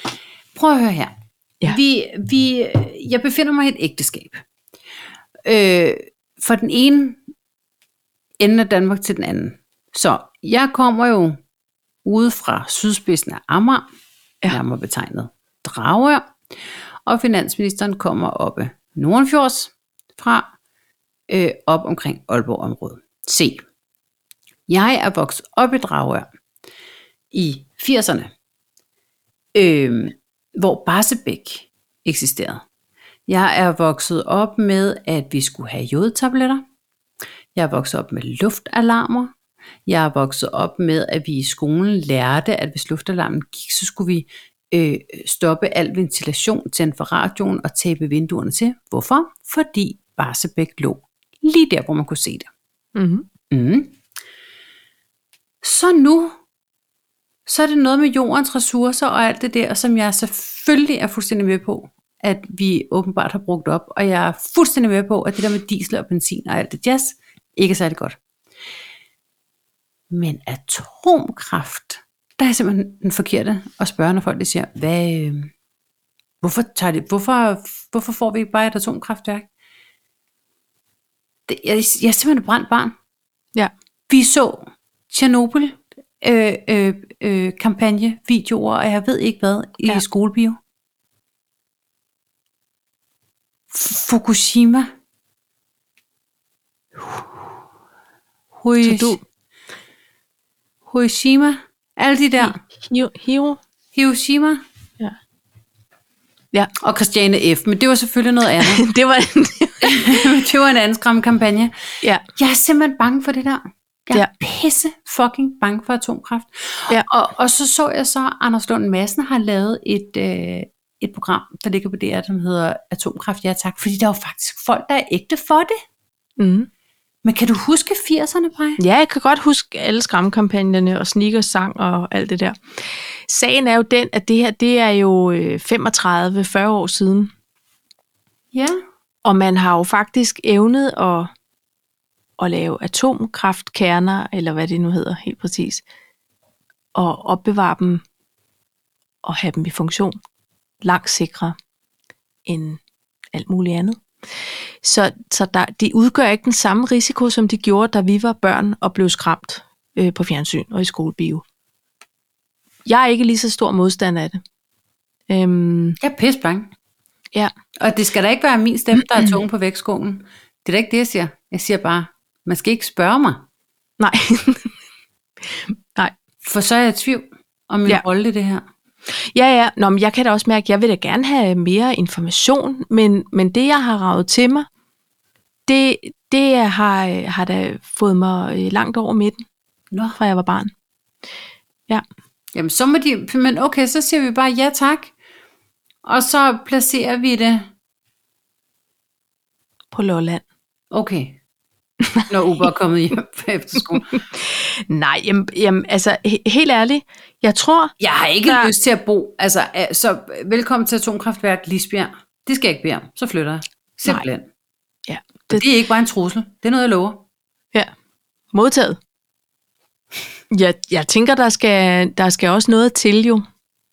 Prøv at høre her. Ja. Vi, vi, jeg befinder mig i et ægteskab. Øh, fra den ene ende af Danmark til den anden. Så jeg kommer jo ude fra sydspidsen af Amager, Ja. ja. nærmere betegnet Dragør, og finansministeren kommer oppe Nordenfjords fra, øh, op omkring Aalborg-området. Se, jeg er vokset op i Dragør i 80'erne, øh, hvor Barsebæk eksisterede. Jeg er vokset op med, at vi skulle have jodtabletter. Jeg er vokset op med luftalarmer. Jeg er vokset op med, at vi i skolen lærte, at hvis luftalarmen gik, så skulle vi øh, stoppe al ventilation, tænde for radioen og tape vinduerne til. Hvorfor? Fordi Barsebæk lå lige der, hvor man kunne se det. Mm-hmm. Mm. Så nu, så er det noget med jordens ressourcer og alt det der, som jeg selvfølgelig er fuldstændig med på, at vi åbenbart har brugt op. Og jeg er fuldstændig med på, at det der med diesel og benzin og alt det jazz, ikke er særlig godt. Men atomkraft, der er simpelthen den forkerte at spørge, når folk de siger, hvad, øh, hvorfor, tager det, hvorfor, hvorfor får vi ikke bare et atomkraftværk? Det, jeg, jeg er simpelthen et brændt barn. Ja. Vi så Tjernobyl øh, øh, øh, kampagne, videoer, og jeg ved ikke hvad, i Ja. ja. skolebio. F- Fukushima. Hui, Så du, Hiroshima. Alle de der. Hiro, Hiro, Hiroshima. Ja. Og Christiane F. Men det var selvfølgelig noget andet. det var det var en anden skræmmekampagne. ja. Jeg er simpelthen bange for det der. Jeg er Ja. pisse fucking bange for atomkraft. Ja. Og, og så så jeg så, at Anders Lund Madsen har lavet et, øh, et program, der ligger på DR, som hedder Atomkraft, ja tak. Fordi der er jo faktisk folk, der er ægte for det. Mm. Men kan du huske 80'erne, Paj? Ja, jeg kan godt huske alle skræmmekampagnerne og sneakers sang og alt det der. Sagen er jo den, at det her, det er jo øh, 35-40 år siden, Ja. og man har jo faktisk evnet at, at lave atomkraftkerner, eller hvad det nu hedder helt præcis, og opbevare dem og have dem i funktion langt sikrere end alt muligt andet. Så, så der, det udgør ikke den samme risiko, som det gjorde, da vi var børn og blev skræmt øh, på fjernsyn og i skolebio. Jeg er ikke lige så stor modstander af det. Øhm, Jeg er pisse bange. ja. Og det skal da ikke være min stemme, der er tunge på vægtskolen. Det er da ikke det, jeg siger. Jeg siger bare, man skal ikke spørge mig, Nej. Nej. for så er jeg i tvivl om min ja. Ja. rolle i det her. Ja, ja. Nå, men jeg kan da også mærke, at jeg vil da gerne have mere information, men, men det, jeg har ravet til mig, det, det har, øh, har da fået mig øh, langt over midten, Nå. fra jeg var barn. Jamen, så må de... Men okay, så siger vi bare ja tak. Og så placerer vi det... På Lolland. Okay. Når Uber er kommet hjem efter skole. Nej, jamen, jamen altså, he- helt ærligt, jeg tror, Jeg har ikke Der- lyst til at bo. Altså, øh, så velkommen til Atomkraftværk Lisbjerg. Det skal jeg ikke bede om. Så flytter jeg. Simpelthen. ja, Det, det- det er ikke bare en trussel. Det er noget, jeg lover. Ja. Modtaget. Jeg, jeg tænker, der skal, der skal også noget til jo.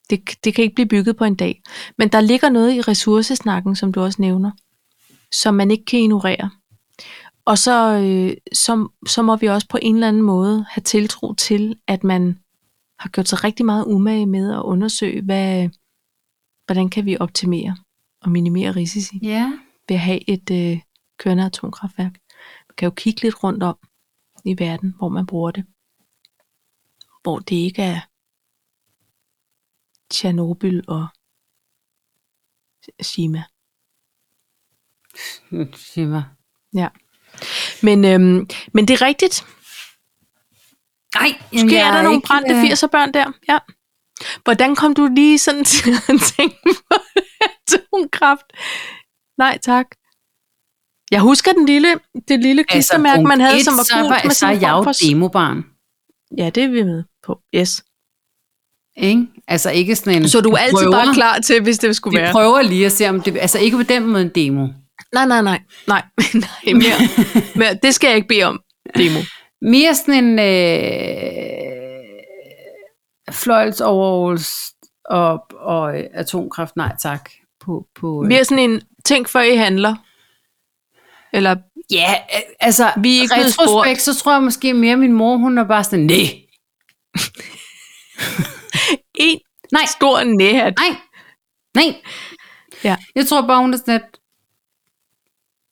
Det, det kan ikke blive bygget på en dag. Men der ligger noget i ressourcesnakken, som du også nævner, som man ikke kan ignorere. Og så, øh, så, så må vi også på en eller anden måde have tiltro til, at man har gjort sig rigtig meget umage med at undersøge, hvad, hvordan kan vi optimere og minimere risici Ja. ved at have et øh, kørende atomkraftværk. Man kan jo kigge lidt rundt om i verden, hvor man bruger det. Hvor det ikke er Tjernobyl og Shima. Sig mig. Ja. Men, øhm, men det er rigtigt. Nej, jamen, Måske jeg er der nogle ikke, brændte øh, 80'er børn der. Ja. Hvordan kom du lige sådan til at tænke på atomkraft? Nej, tak. Jeg husker den lille, det lille klistermærke, Altså, punkt man havde, et, som var så gult med så sådan er en jeg form jo for demobarn. Ja, det er vi med på. Yes. Ikke? Altså ikke sådan en... Så du er vi altid prøver, bare klar til, hvis det skulle Vi være. prøver lige at se, om det... Altså ikke på den måde en demo. Nej, nej, nej. Nej, nej mere. mere. Det skal jeg ikke bede om, Demo. Mere sådan en øh, fløjls overholds og, og øh, atomkraft, nej tak. På, på, øh. Mere sådan en, tænk før I handler. Eller, Ja, øh, altså Vi er ikke blevet retrospekt, så tror jeg måske mere, min mor hun er bare sådan, nej, en Nej. stor næhat. nej, nej. Ja. Jeg tror bare, hun er sådan lidt,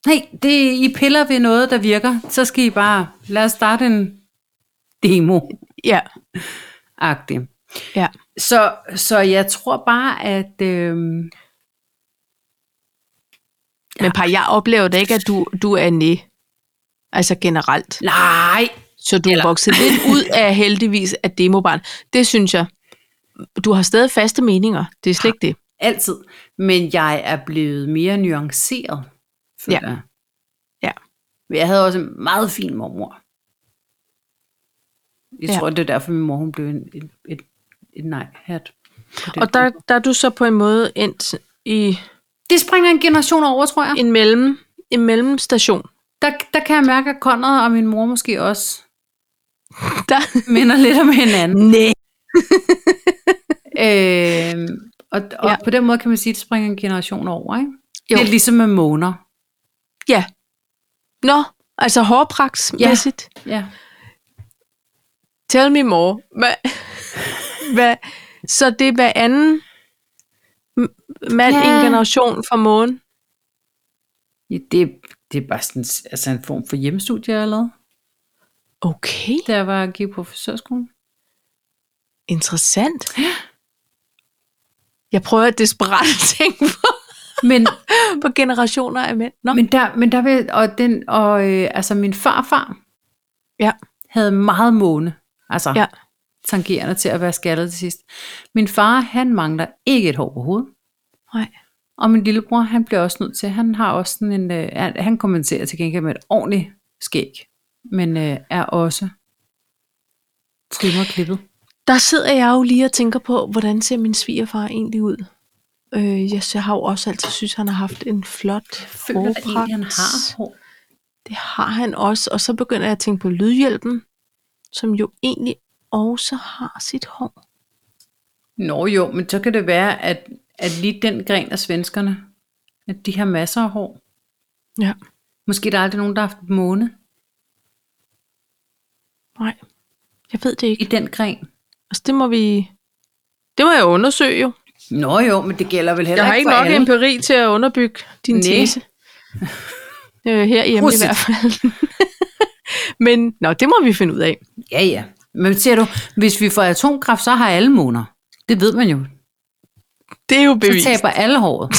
nej, det, I piller ved noget, der virker, så skal I bare, lad os starte en demo-agtig. Ja, ja. Så, så jeg tror bare, at... Øh, Men par, jeg oplever da ikke, at du, du er næ. Altså generelt. Nej, Så du Eller- er vokset lidt ud af heldigvis af demobarn. Det synes jeg. Du har stadig faste meninger. Det er slet ikke det. altid. Men jeg er blevet mere nuanceret. føler Ja. jeg. Ja. Men Jeg havde også en meget fin mormor. Jeg Ja. tror, det er derfor, min mor hun blev en, en, et, et nej-hat. på det Og der, tidspunkt. der er du så på en måde endt i Det springer en generation over, tror jeg. en, mellem, en mellemstation. Der, der kan jeg mærke, at Conrad og min mor måske også Der. minder lidt om hinanden. Nej. Øh, og og ja. Ja. på den måde kan man sige, at det springer en generation over. Ikke? Jo. Det er ligesom med måner. Ja. Nå, altså hårpraksmæssigt. Ja. Ja. Tell me more. Hvad, hvad, så det er hver anden m- mand ja. i Ja. en generation fra månen? Ja, det, det er bare sådan altså en form for hjemmestudie, jeg lavede, Okay. da jeg var gik på frisørskolen. Interessant. Jeg prøver desperat at tænke på, Men, på generationer af mænd. Nå, men, der, men der vil, og, den, og øh, altså min farfar Ja. havde meget måne. Altså Ja. tangerende til at være skaldet til sidst. Min far, han mangler ikke et hår på hovedet. nej. Og min lillebror, han bliver også nødt til, han har også sådan en, øh, han- han kompenserer til gengæld med et ordentligt skæg, men øh, er også trimmer klippet. Der sidder jeg jo lige og tænker på, hvordan ser min svigerfar egentlig ud? Øh, jeg, jeg har jo også altid synes, han har haft en flot hårpragt. hår. Det har han også. Og så begynder jeg at tænke på lydhjælpen, som jo egentlig også har sit hår. Nå jo, men så kan det være, at, at lige den gren af svenskerne, at de har masser af hår. Ja. Måske er der aldrig nogen, der har haft måne Nej, jeg ved det ikke. i den gren. Altså, det må vi... Det må jeg undersøge jo. Nå jo, men det gælder vel heller Jeg har ikke ikke for nok alle. empiri til at underbygge din Næ. Næ. tese. øh, her hjemme i Prosit. hvert fald. Men nå, det må vi finde ud af. Ja, ja. Men ser du, hvis vi får atomkraft, så har alle måner. Det ved man jo. Det er jo Så bevist. taber alle håret.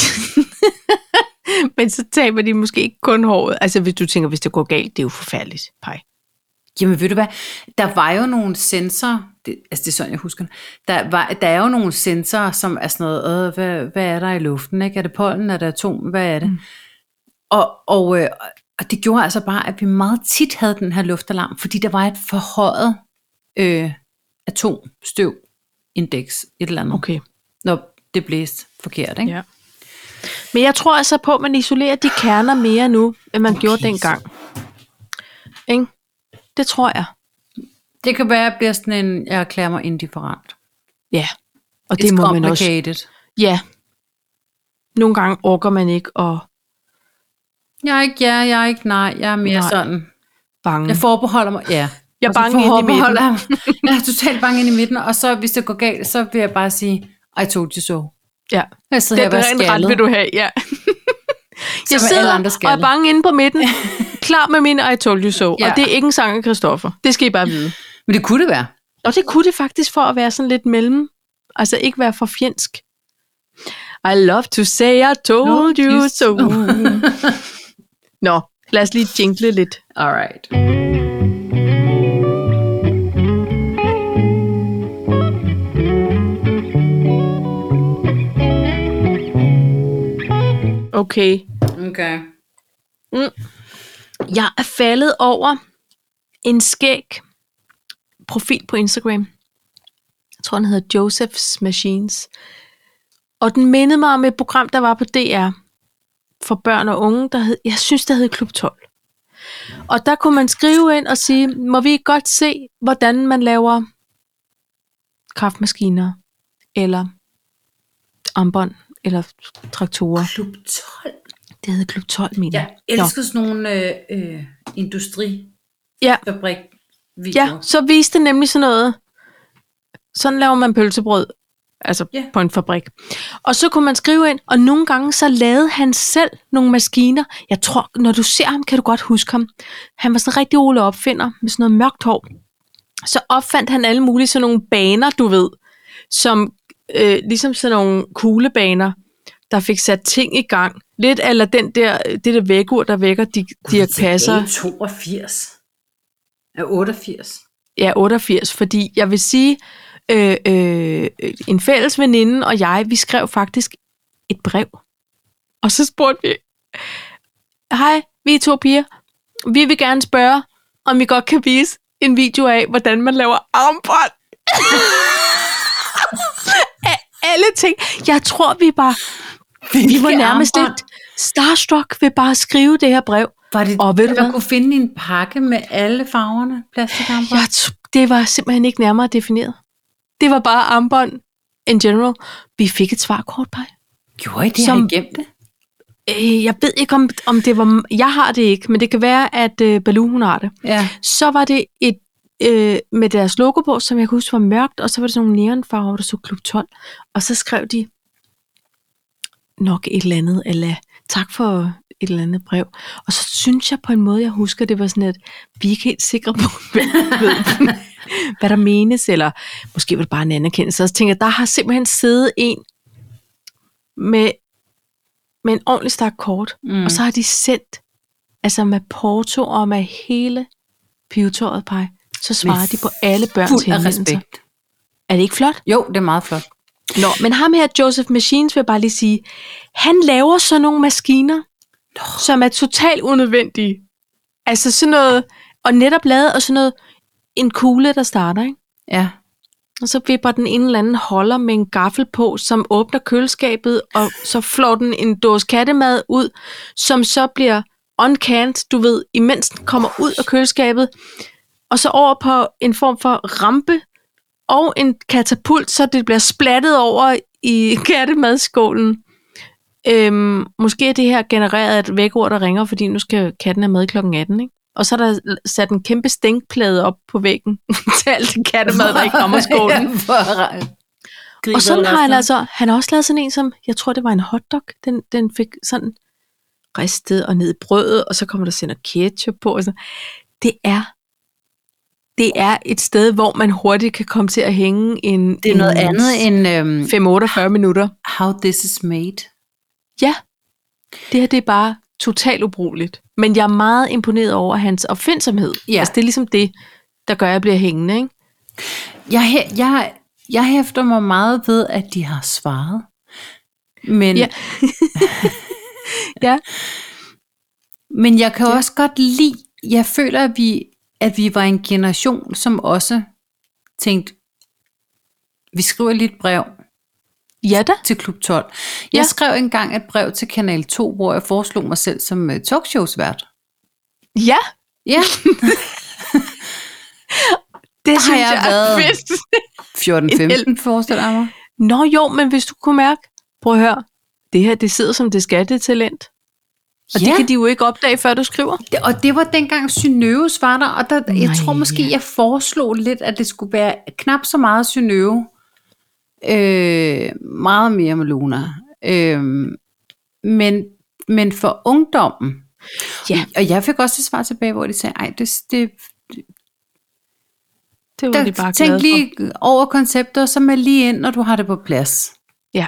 Men så taber de måske ikke kun håret. Altså, hvis du tænker, hvis det går galt, det er jo forfærdeligt. Pej. Jamen ved du hvad, der var jo nogle sensorer, det, altså det er sådan, jeg husker det. der, var, der er jo nogle sensorer, som er sådan noget, øh, hvad, hvad er der i luften, ikke? er det pollen, er det atom, hvad er det? Mm. Og, og, øh, og det gjorde altså bare, at vi meget tit havde den her luftalarm, fordi der var et forhøjet øh, atomstøvindeks, et eller andet, okay. Okay. når det blæste forkert. Ikke? Ja. Men jeg tror altså på, at man isolerer de kerner mere nu, end man okay. gjorde dengang. Ikke? Det tror jeg. Det kan være, at jeg bliver sådan en, jeg erklærer mig indifferent. Ja. Og It's det må man også. complicated. Også. Ja. Nogle gange orker man ikke at Jeg er ikke ja, jeg er ikke nej, jeg er mere Nej. nej. sådan. bange. Jeg forbeholder mig, ja. Jeg er Og så bange inde i forbeholder jeg mig. Jeg er totalt bange ind i midten, og så hvis det går galt, så vil jeg bare sige, I told you so. Ja. Jeg sidder Det her er og en ret, vil skaldet. du have. Ja. er jeg alle sidder andre og er skaldet. bange inde på midten, klar med min I told you so. Ja. Ja. Og det er ikke en sang af Christoffer. Det skal I bare vide. Men det kunne det være. Og det kunne det faktisk for at være sådan lidt mellem. Altså ikke være for fjendsk. I love to say I told you Jesus. so. Nå, lad os lige jingle lidt. Alright. Okay. Okay. Jeg er faldet over en skæg profil på Instagram. Jeg tror, den hedder Joseph's Machines. Og den mindede mig om et program, der var på DR for børn og unge, der hed, jeg synes, der hed Klub 12. Og der kunne man skrive ind og sige, må vi ikke godt se, hvordan man laver kraftmaskiner, eller armbånd, eller traktorer. Klub 12. Det hed Klub 12, mener Jeg elsker sådan nogle øh, øh, Ja. industrifabrik Ja, så viste det nemlig sådan noget. Sådan laver man pølsebrød. Altså Ja. ja. på en fabrik. Og så kunne man skrive ind, og nogle gange så lavede han selv nogle maskiner. Jeg tror, når du ser ham, kan du godt huske ham. Han var sådan en rigtig Ole opfinder med sådan noget mørkt hår. Så opfandt han alle mulige sådan nogle baner, du ved, som øh, ligesom sådan nogle kuglebaner, der fik sat ting i gang. Lidt eller den der, øh, det der vækkeur, der vækker de, de passer. 82. Er 88. Ja, 88, fordi jeg vil sige, øh, øh, en fælles veninde og jeg, vi skrev faktisk et brev. Og så spurgte vi, hej, vi er to piger. Vi vil gerne spørge, om I godt kan vise en video af, hvordan man laver armbånd. Af alle ting. Jeg tror, vi bare, vi var Hvilke nærmest armbånd? lidt starstruck ved bare at skrive det her brev. Var det, Og ved du der hvad? kunne finde en pakke med alle farverne plastikarmbånd? Jeg t- det var simpelthen ikke nærmere defineret. Det var bare armbånd in general. Vi fik et svarkort, Paj. Gjorde I det? Som... Som- Har I gemt det? Øh, jeg ved ikke, om, om det var... Jeg har det ikke, men det kan være, at øh, Baloo, hun har det. Ja. Så var det et øh, med deres logo på, som jeg kan huske var mørkt, og så var det sådan nogle neonfarver, der så klub 12. Og så skrev de nok et eller andet, eller tak for et eller andet brev. Og så synes jeg på en måde, jeg husker, det var sådan, at vi er ikke helt sikre på, hvad, ved- hvad der menes, eller måske var det bare en anerkendelse. Og så tænker jeg, der har simpelthen siddet en med, med en ordentlig stak kort. Mm. Og så har de sendt, altså med Porto og med hele pivetøjet pej, så svarer de på alle børns Fuld af henvendelser. respekt. Er det ikke flot? Jo, det er meget flot. Nå, men ham her, Joseph Machines, vil jeg bare lige sige, han laver sådan nogle maskiner, Nå. som er totalt unødvendige. Altså sådan noget, og netop lavet, og sådan noget, en kugle, der starter, ikke? Ja. Og så vipper den en eller anden holder med en gaffel på, som åbner køleskabet, og så flår den en dåse kattemad ud, som så bliver uncanned, du ved, imens den kommer ud af køleskabet, og så over på en form for rampe og en katapult, så det bliver splattet over i kattemadskålen. Øhm, måske er det her genereret af et vækord, der ringer, fordi nu skal katten have mad kl. 18, ikke? Og så er der sat en kæmpe stænkplade op på væggen til alt det kattemad, der ikke rammer skålen. Ja, for at- Griber Og sådan har han lasten. altså, han har også lavet sådan en som, jeg tror det var en hotdog, den, den fik sådan ristet og ned i brødet, og så kommer der sådan noget ketchup på. Og så. Det er det er et sted, hvor man hurtigt kan komme til at hænge en... Det er noget en andet end øhm, 5-48 minutter. How This Is Made. Ja, det her det er bare totalt ubrugeligt. Men jeg er meget imponeret over hans opfindsomhed. Ja. Altså, det er ligesom det, der gør, at jeg bliver hængende. Ikke? Jeg, hæ- jeg, jeg hæfter mig meget ved, at de har svaret. Men, ja. Ja. Ja. men jeg kan ja. også godt lide, jeg føler, at vi, at vi var en generation, som også tænkte, vi skriver lige et brev Ja da. til Klub 12. Jeg ja. Ja. skrev engang et brev til Kanal 2, hvor jeg foreslog mig selv som øh, talkshows-vært. Ja, Ja, det synes jeg jeg, jeg er været- fedt. 14-15 forestiller jeg mig. Nå jo, men hvis du kunne mærke, prøv at høre, det her, det sidder som det skattetalent. Og ja. det kan de jo ikke opdage, før du skriver. Det, og det var dengang Synøves var der, og der, jeg Nej. tror måske, jeg foreslog lidt, at det skulle være knap så meget Synøve. Øh, meget mere med Luna. Øh, men, men for ungdommen. Ja. Og jeg fik også et svar tilbage, hvor de sagde, ej, det, det, Det var de der, bare glade tænk for. lige over konceptet, og så med lige ind, når du har det på plads. Ja.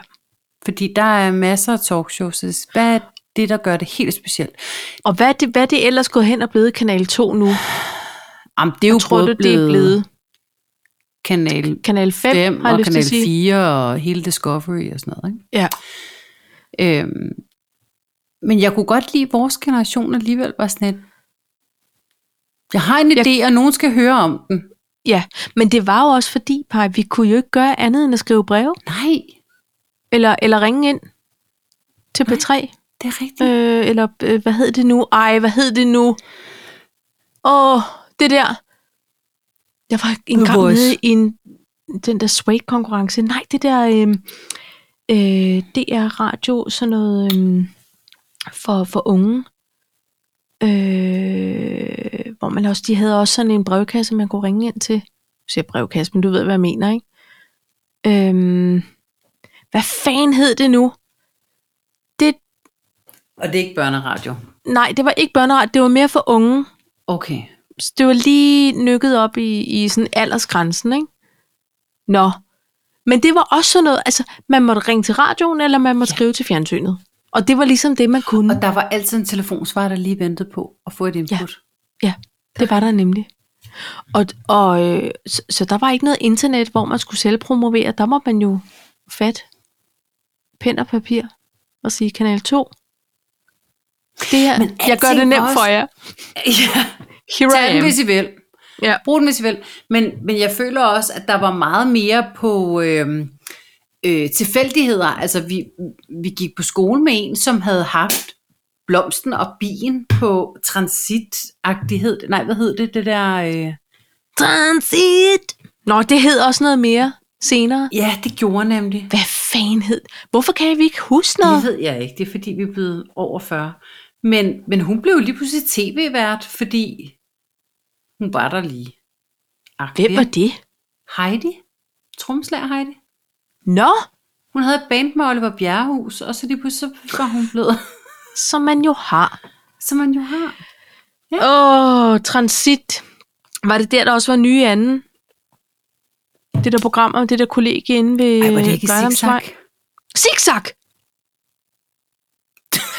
Fordi der er masser af talkshows. så Hvad er det, der gør det helt specielt? Og hvad er det, hvad er det ellers gået hen og blevet i Kanal 2 nu? Jamen, det er jo Tror både du, det er blevet kanal Kanal 5, 5 har jeg og lyst til kanal at sige? 4 og hele Discovery og sådan noget. Ja. Ikke? Øhm, men jeg kunne godt lide, at vores generation alligevel var sådan et, jeg har en idé, og nogen skal høre om den. ja. Men det var jo også fordi, Paj, vi kunne jo ikke gøre andet end at skrive breve, Nej, eller, eller ringe ind til P3, det er rigtigt. øh, eller øh, hvad hed det nu? Ej, hvad hed det nu? Åh, det der. Jeg var engang Voice. nede i en, den der Sway-konkurrence. Nej, det der øh, øh, DR Radio, sådan noget øh, for, for unge. Øh, hvor man også, de havde også sådan en brevkasse, man kunne ringe ind til. Jeg siger brevkasse, men du ved, hvad jeg mener, ikke? Øhm, hvad fanden hed det nu? Det, Øh. Og det er ikke børneradio. Nej, det var ikke børneart, det var mere for unge. Okay. Så det var lige nykket op i, i sådan aldersgrænsen, ikke? Nå. Men det var også sådan noget, altså man måtte ringe til radioen, eller man måtte ja. skrive til fjernsynet. Og det var ligesom det, man kunne. Og der var altid en telefonsvar, der lige ventede på at få et input. Ja, det var der nemlig. Og, og øh, så, så der var ikke noget internet, hvor man skulle selvpromovere. Der må man jo fat pen og papir og sige kanal 2. Det her, Men jeg gør det alting nemt var for også- jer. Ja. Here Tag I den, am. hvis I vil. Ja. Brug den, hvis I vil. Men, men jeg føler også, at der var meget mere på øh, øh, tilfældigheder. Altså, vi, vi gik på skole med en, som havde haft blomsten og bien på transitagtighed. Nej, hvad hed det, det der... Øh... Transit. Nå, det hed også noget mere senere. Ja, det gjorde nemlig. Hvad fanden hed? Hvorfor kan vi ikke huske Det noget? ved jeg ikke. Det er, fordi vi er blevet over 40. Men, men hun blev lige pludselig tv-vært, fordi hun var der lige. Agtig, Hvem var ikke? det? Heidi. Tromslærer Heidi. Nå, Hun havde et band med Oliver Bjerrehus, og så lige pludselig så var hun blevet, som man jo har. som man jo har. Åh, oh, Transit. Var det der, der også var nye i anden? Øh, Det der program om det der kollegie inde ved Gørdomsvej? Zigzag!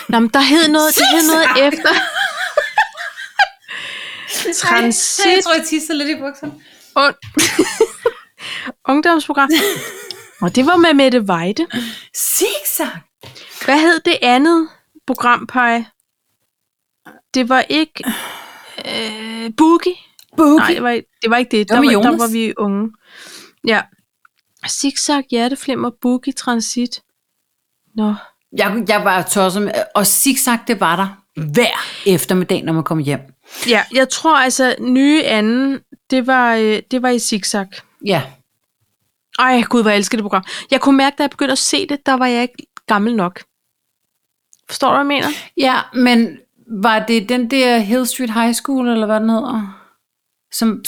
Nå, men der hed noget, det hed noget efter. Ej, jeg Transit. tror, jeg tissede lidt i bukserne. Und Ungdomsprogram. Og det var med Mette Weide. Zigzag! Hvad hed det andet program, Paj? Det var ikke... Øh, Boogie? Boogie. Nej, det var, ikke- det var ikke det. var Der med var, der Jonas. var vi unge. Ja. Zigzag, Hjerteflimmer, Boogie, Transit. Nå. Jeg, jeg var tosset med, og zigzag, det var der hver eftermiddag, når man kom hjem. Ja, jeg tror altså, nye anden, det var, øh, det var i Zigzag. Ja, Ej, gud, hvor jeg elsker det program. Jeg kunne mærke, da jeg begyndte at se det, der var jeg ikke gammel nok. Forstår du, hvad jeg mener? ja men var det den der Hill Street High School, eller hvad den hedder? Som,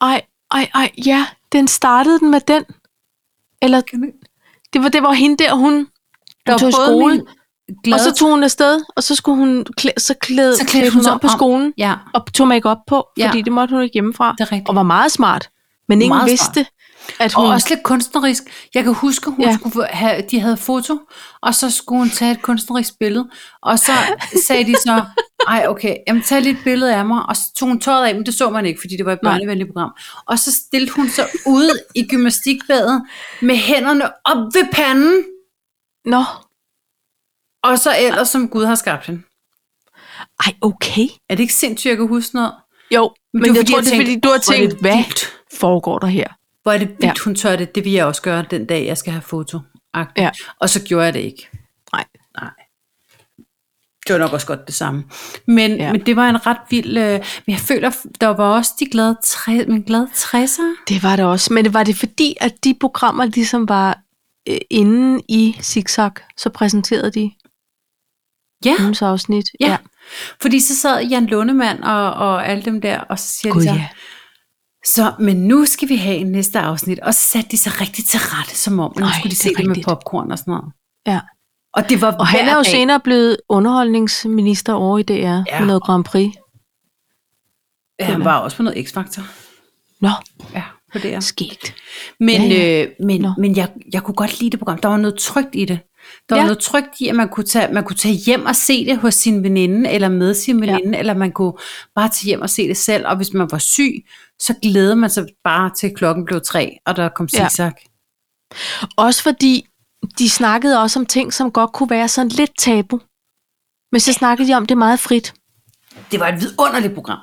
Ej, ej, ej, ja, den startede den med den. Eller, det var det, hvor hende der, hun, der tog i skole, glad, og så tog hun afsted, og så skulle hun, klæ- så klæde, Så så klædte klæde hun hun sig sig om på om. skolen, Ja, og tog make-up på, Ja. fordi det måtte hun ikke hjemmefra, det er rigtigt. og var meget smart. Men ingen Meget smart. vidste, at hun... Og også lidt kunstnerisk. Jeg kan huske, hun ja. Ja. skulle have, de havde foto, og så skulle hun tage et kunstnerisk billede. Og så sagde de så, ej okay, jamen tag lige et billede af mig. Og så tog hun tøjet af, men det så man ikke, fordi det var et Nej. børnevenligt program. Og så stillede hun sig ude i gymnastikbadet med hænderne op ved panden. Nå, Og så ellers, som Gud har skabt hende. ej, okay. Er det ikke sindssygt, jeg kan huske noget? Jo, men, men var, jeg, tror, det er fordi, du har "Åh, hvor er tænkt, det hvad vildt. foregår der her? Hvor er det vildt, Ja. hun tør det. Det vil jeg også gøre den dag, jeg skal have foto. Ja. Og så gjorde jeg det ikke. Nej. Nej. Det var nok også godt det samme. Men, ja. Ja. men det var en ret vild... Øh, men jeg føler, der var også de glade, tre, men glade 60'er. Det var det også, men var det fordi, at de programmer ligesom var øh, inde i Zigzag, så præsenterede de Ja. ugens afsnit? Ja. Fordi så sad Jan Lundemand og, og alle dem der, og så siger Gud de så, ja. så, men nu skal vi have en næste afsnit. Og så satte de sig rigtig til rette, som om, at nu Ej, skulle de det er se det med rigtigt. popcorn og sådan noget. ja. Og det var Og han hver er jo dag. senere blevet underholdningsminister over i DR ja. Ja. med noget Grand Prix. Ja, han var også på noget X-Factor. Nå, Ja, på det skægt. Men, Ja, ja, ja. Øh, men, Nå. men jeg, jeg kunne godt lide det program. Der var noget trygt i det. Der var ja. Ja. noget trygt i, at man kunne, tage, man kunne tage hjem og se det hos sin veninde, eller med sin veninde, ja. eller man kunne bare tage hjem og se det selv. Og hvis man var syg, så glædede man sig bare til klokken blev tre, og der kom Ja. zigzag. Også fordi de snakkede også om ting, som godt kunne være sådan lidt tabu. Men så snakkede de om det meget frit. Det var et vidunderligt program.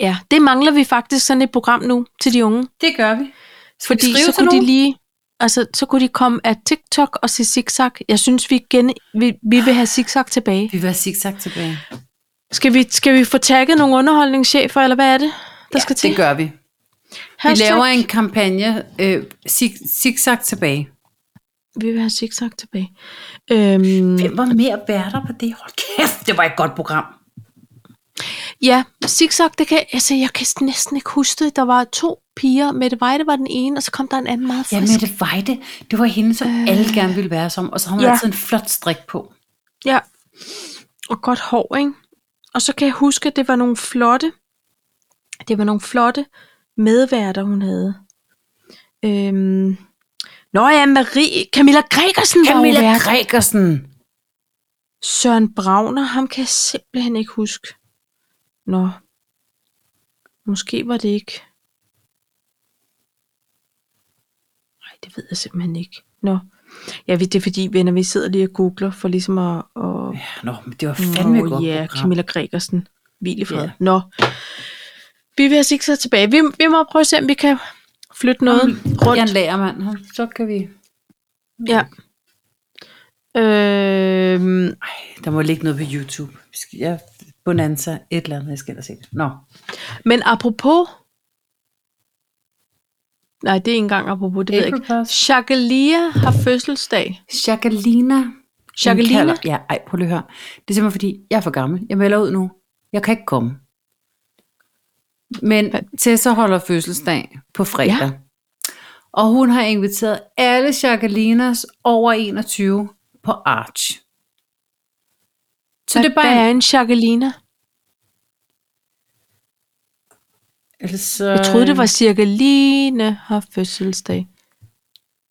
Ja, det mangler vi faktisk sådan et program nu til de unge. Det gør vi. Skal vi Fordi skrive så til kunne nogen? de lige, altså, så kunne de komme af TikTok og se zigzag. Jeg synes, vi, igen, vi, vi vil have zigzag tilbage. Vi vil have zigzag tilbage. Skal vi, skal vi få tagget nogle underholdningschefer, eller hvad er det, der ja, skal til? Det gør vi. Vi Hashtag, laver en kampagne, øh, zig- zigzag tilbage. vi vil have zigzag tilbage. Øhm, Hvem var mere værter på det? Hold kæft, det var et godt program. ja, zigzag, det kan, altså, jeg kan næsten ikke huske det. Der var to piger, Mette Weide var den ene, og så kom der en anden meget Ja, frisk. Mette Weide, det var hende, som øh, alle gerne ville være som, og så har hun ja. ja. altid en flot strik på. Ja, og godt hår, ikke? Og så kan jeg huske, at det var nogle flotte, det var nogle flotte medværter, hun havde. Øhm, Nå ja, Marie, Camilla Gregersen var jo Camilla vært. Gregersen. Søren Bragner, ham kan jeg simpelthen ikke huske. Nå, måske var det ikke. Nej, det ved jeg simpelthen ikke. Nå, ja, vi- det er fordi, venner, vi sidder lige og googler for ligesom at, at Ja, nå, men det var fandme et Nå, godt ja, program. Camilla Gregersen. Hvil i fred. Ja. Nå. Vi vil altså ikke så tilbage. Vi, vi må prøve at se, om vi kan flytte noget Jan rundt. Lagermand, han- så kan vi... Ja. Øhm, Der må ligge noget på YouTube. Vi skal- Ja, Bonanza, et eller andet, jeg skal ind og se det. Nå, men apropos... Nej, det er ikke engang apropos, det ved jeg April ikke. Fools. Jacqueline har fødselsdag. Jacqueline. Jacqueline? indkalder- Ja, ej, prøv lige at høre. Det er simpelthen fordi, jeg er for gammel. Jeg melder ud nu. Jeg kan ikke komme. Men Tessa holder fødselsdag på fredag. Ja. Ja. Og hun har inviteret alle Jacquelinas over 21 på Arch. Så det er Hvad bare... er en Jacqueline? Altså, Øh. Jeg troede, det var Cirkeline har fødselsdag.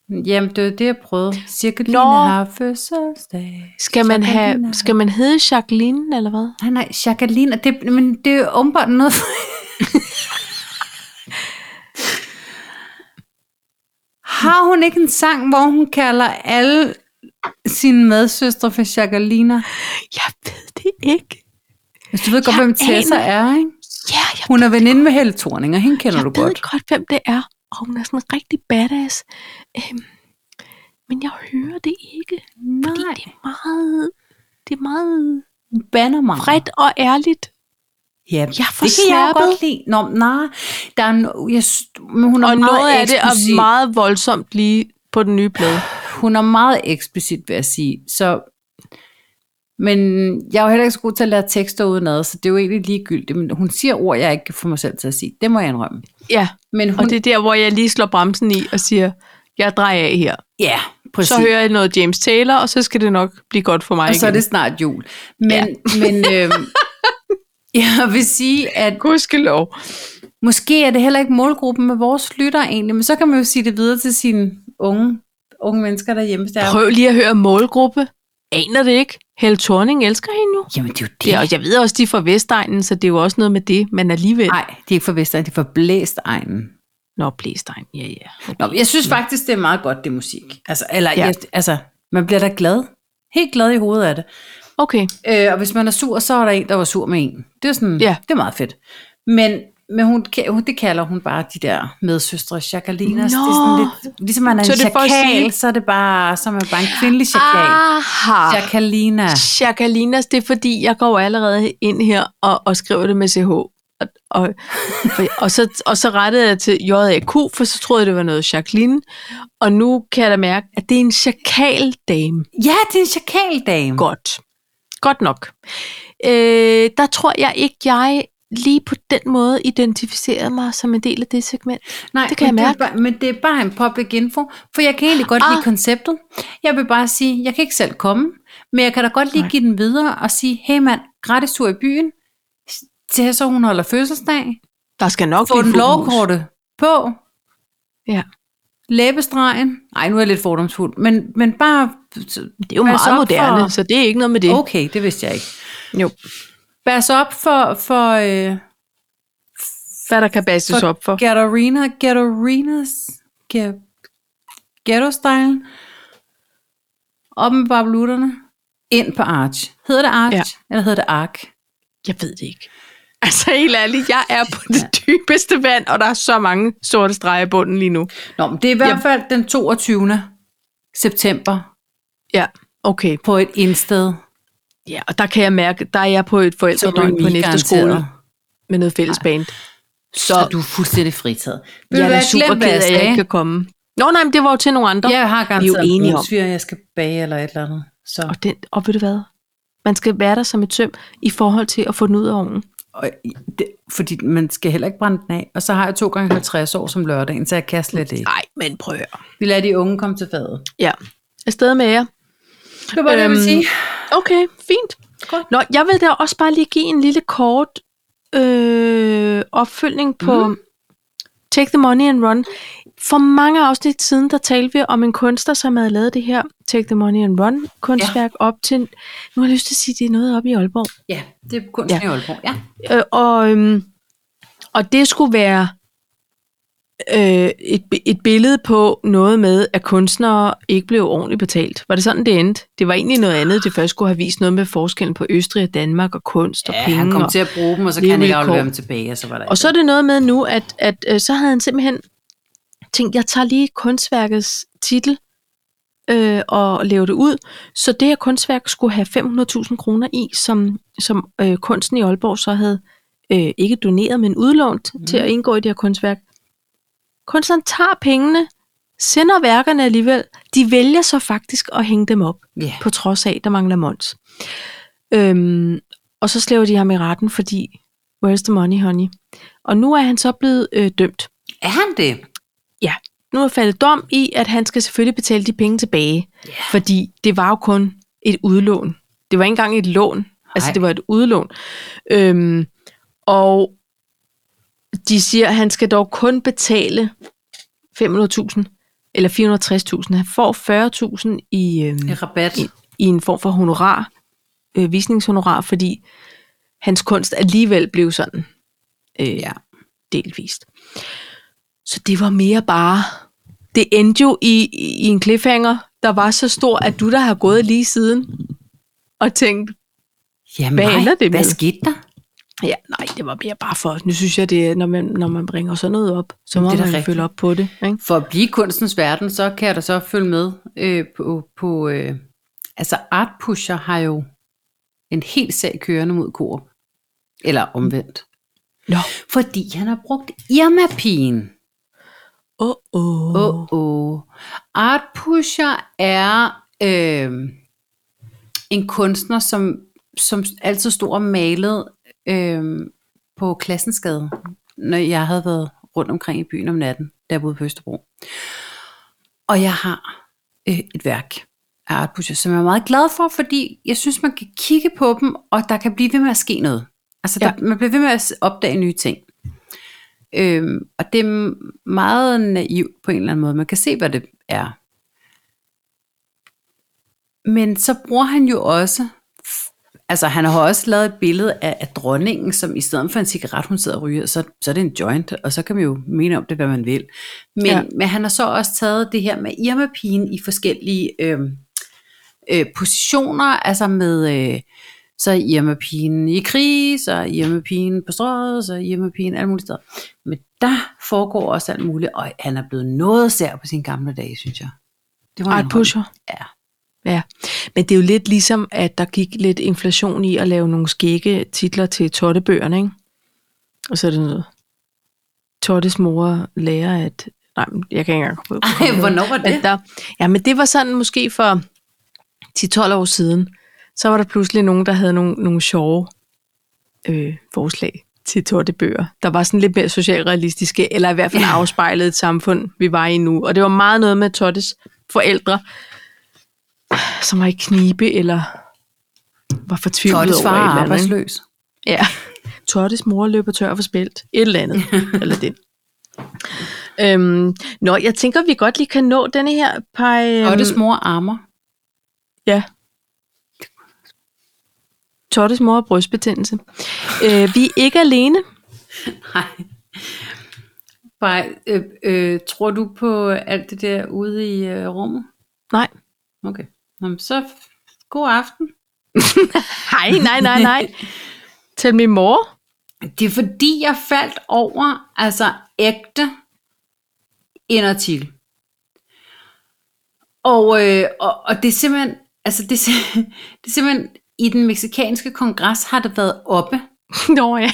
Jamen, det var det, jeg prøvede. Cirkeline Nå. har fødselsdag. Skal man, Jacqueline er- have, skal man hedde Jacqueline, eller hvad? Nej, nej, Jacqueline, og det, men det er jo åbenbart noget for... Har hun ikke en sang, hvor hun kalder alle sine medsøstre for Jacqueline? Jeg ved det ikke. Altså, du ved godt, Jeg hvem Tessa aner- er, ikke? Ja, jeg, Hun er veninde med Helle Thorning, og hende kender jeg du ved godt. godt, hvem det er. Og hun er sådan rigtig badass. Øhm, men jeg hører det ikke. Fordi Nej, det er meget, det er meget hun banner mig. bredt og ærligt. Ja, Jeg får det kan jeg jo snappet. godt lide. Nå, nej, der er no, jeg, s- men hun er Og meget noget af det eksplicit. er meget voldsomt lige på den nye plade. hun er meget eksplicit, vil jeg sige. Så, men jeg er jo heller ikke så god til at lære tekster udenad, så det er jo egentlig ligegyldigt. Men hun siger ord, jeg ikke kan få mig selv til at sige. Det må jeg indrømme. Ja, Men og hun, det er der, hvor jeg lige slår bremsen i og siger, jeg drejer af her. ja, præcis. Så hører jeg noget James Taylor, og så skal det nok blive godt for mig og så er igen. det snart jul. Men, ja. men øhm, jeg vil sige, at gudskelov. måske er det heller ikke målgruppen med vores lytter egentlig, men så kan man jo sige det videre til sine unge, unge mennesker derhjemme. hvis Der. er- Prøv lige at høre målgruppe. Aner det ikke? Helle Thorning elsker hende jo. Jamen, det er jo det. Det er, og jeg ved også, de er fra Vestegnen, så det er jo også noget med det, men alligevel... Nej, de er ikke fra Vestegn, de er fra Blæst Egnen. Nå, Blæstegn, ja, ja. Nå, jeg synes faktisk, det er meget godt, det musik. Altså, eller, ja. Ja. jeg, altså, man bliver da glad. Helt glad i hovedet af det. Okay, Øh, og hvis man er sur, så er der en, der var sur med en. Det er sådan, ja. Ja. det er meget fedt. Men, men hun, ka- hun, det kalder hun bare de der medsøstre chakalinas. Nå. Det er sådan lidt, ligesom man er Så en det er for at chakal, sige- så er det bare, så er man bare en kvindelig chakal. Ah. Aha. Chakalina. Chakalinas, det er fordi, jeg går allerede ind her og, og skriver det med CH. Og, og, og, så, og så rettede jeg til JAQ, for så troede jeg, det var noget Jacqueline. Og nu kan jeg da mærke, at det er en chakaldame. Ja, det er en chakaldame. Godt. Godt nok. Øh, der tror jeg ikke, jeg lige på den måde identificerede mig som en del af det segment. Nej, Det kan men jeg Det er bare, men det er bare en public info, for jeg kan egentlig godt ah. Ah. lide konceptet. Jeg vil bare sige, jeg kan ikke selv komme, men jeg kan da godt lige Nej. give den videre og sige, hey mand, gratis tur i byen, til så hun holder fødselsdag, Der skal nok få den blive fuldt hus. lovkorte på, Ja. læbestregen, nej nu er jeg lidt fordomsfuld, men, men bare, Det er jo Pas meget op for- moderne, så det er ikke noget med det. okay, det vidste jeg ikke. Jo. Vær så op for, for øh, Hvad der kan bastes op for. Gatorina, Gatorinas, Ga- Ghetto-stylen. Op med bablutterne. Ind på Arch. Hedder det Arch? Ja. Eller hedder det Ark? Jeg ved det ikke. Altså helt ærligt, jeg er på det dybeste vand, og der er så mange sorte streger i bunden lige nu. Nå, men det er i hvert Ja. fald den 22. september Ja, okay. på et indsted. Ja, og der kan jeg mærke, der er jeg på et Så er du forældredøgn på en lige efterskole garanteret. med noget fælles band. Så er du fuldstændig fritaget. Ved jeg du er da hvad, super glem, hvad ked af, at jeg sagde. ikke kan komme. Nå nej, men det var jo til nogle andre. Jeg har Vi er jo garanteret enige en om. brugsviger, jeg skal bage eller et eller andet. Så. Og, den, og ved du hvad? Man skal være der som et søm i forhold til at få den ud af ovnen. Og i- det, fordi man skal heller ikke brænde den af. Og så har jeg to gange 50 år som lørdagen, så jeg kan slet ikke. Nej, men prøv at høre. Vi lader de unge komme til fadet. Ja, afsted med jer. Det var bare øhm, det, jeg ville sige. Okay, fint. Godt. Nå, jeg vil da også bare lige give en lille kort øh, opfølgning på mm. Take the Money and Run. For mange afsnit siden, der talte vi om en kunstner, som havde lavet det her Take the Money and Run kunstværk ja. op til, nu har jeg lyst til at sige, det er noget op i Aalborg. Ja, det er kunsten ja. Ja. i Aalborg. Ja. Øh, og, øhm, og det skulle være øh, et, et billede på noget med, at kunstnere ikke blev ordentligt betalt. Var det sådan, det endte? Det var egentlig noget andet. Det først skulle have vist noget med forskellen på Østrig og Danmark og kunst og ja penge. han kom og, til at bruge dem, og så kan han ikke levevilkår. aflevere dem tilbage, og så var der og så er det noget med nu, at, at øh, så havde han simpelthen tænkt, jeg tager lige kunstværkets titel øh, og laver det ud. Så det her kunstværk skulle have 500.000 kroner i, som, som øh, kunsten i Aalborg så havde øh, ikke doneret, men udlånt mm. til at indgå i det her kunstværk. Kunstneren tager pengene, sender værkerne alligevel. De vælger så faktisk at hænge dem op Ja. på trods af, der mangler Mons. Øhm, og så slæver de ham i retten, fordi where's the money, honey? Og nu er han så blevet øh, dømt. Er han det? Mm. Nu er faldet dom i, at han skal selvfølgelig betale de penge tilbage, yeah. fordi det var jo kun et udlån. Det var ikke engang et lån. Altså, Nej. det var et udlån. Øhm, og de siger, at han skal dog kun betale 500.000 eller 460.000. Han får 40.000 i, øhm, Et rabat. i, i en form for honorar, øh, visningshonorar, fordi hans kunst alligevel blev sådan øh, ja. delvist. Så det var mere bare, det endte jo i, i i en cliffhanger, der var så stor, at du der har gået lige siden og tænkt, Jamen, Hvad nej, ender det hvad med? skete der? ja, nej, det var mere bare for, nu synes jeg, det er, når man, når man bringer sådan noget op, så må Det er da man rigtigt. følge op på det. Ikke? For at blive i kunstens verden, så kan jeg da så følge med øh, på... på øh, altså, Artpusher har jo en hel sag kørende mod Coop. Eller omvendt. Nå, Fordi han har brugt Irma-pigen. åh, åh. Åh, oh, oh. Artpusher er øh, en kunstner, som, som altid stod og malede øh, på Klassensgade, når jeg havde været rundt omkring i byen om natten, der boede på Østerbro. Og jeg har øh, et værk af Artpusher, som jeg er meget glad for, fordi jeg synes, man kan kigge på dem, og der kan blive ved med at ske noget. Altså, ja. Ja. der, man bliver ved med at s- opdage nye ting. Øhm, og det er meget naivt på en eller anden måde. Man kan se, hvad det er. Men så bruger han jo også, altså han har også lavet et billede af, af dronningen, som i stedet for en cigaret, hun sidder og ryger, så, så er det en joint, og så kan man jo mene om det, hvad man vil. Men, ja. Ja. men han har så også taget det her med Irma-pigen i forskellige øhm, øh, positioner, altså med... Øh, så er Irma-pigen i krig, så er Irma-pigen på strøget, så er Irma-pigen alle mulige steder. Men der foregår også alt muligt, og han er blevet noget sær på sine gamle dage, synes jeg. Det Art en pusher. hånd. Ja. Ja, men det er jo lidt ligesom, at der gik lidt inflation i at lave nogle skægge titler til tottebøgerne, ikke? Og så er det noget. Tottes mor lærer, at... Nej, men jeg kan ikke engang komme på. Ej, hvornår var Men det? der, ja, men det var sådan måske for 10-12 år siden, så var der pludselig nogen, der havde nogle, nogle sjove øh, forslag til tottebøger, der var sådan lidt mere socialrealistiske, eller i hvert fald afspejlede et samfund, vi var i nu. Og det var meget noget med Tottes forældre, som var i knibe, eller var fortvivlet Tottes over et far er eller andet. ikke? arbejdsløs. Ja. Tottes mor løber tør for spildt. Et eller andet. eller det. Øhm, nå, jeg tænker, vi godt lige kan nå denne her par... Øhm, Tottes mor armer. Ja. Tottes mor har brystbetændelse. Øh, vi er ikke alene. Nej. Bare, øh, øh, tror du på alt det der ude i øh, rummet? Nej. Okay. Nå, men så f- god aften. Hej, nej, nej, nej. Tell me more. Det er fordi, jeg faldt over, altså ægte, en artikel. Og, øh, og, og det er simpelthen, altså det er, sim- det er simpelthen, i den meksikanske kongres har det været oppe. Nå ja.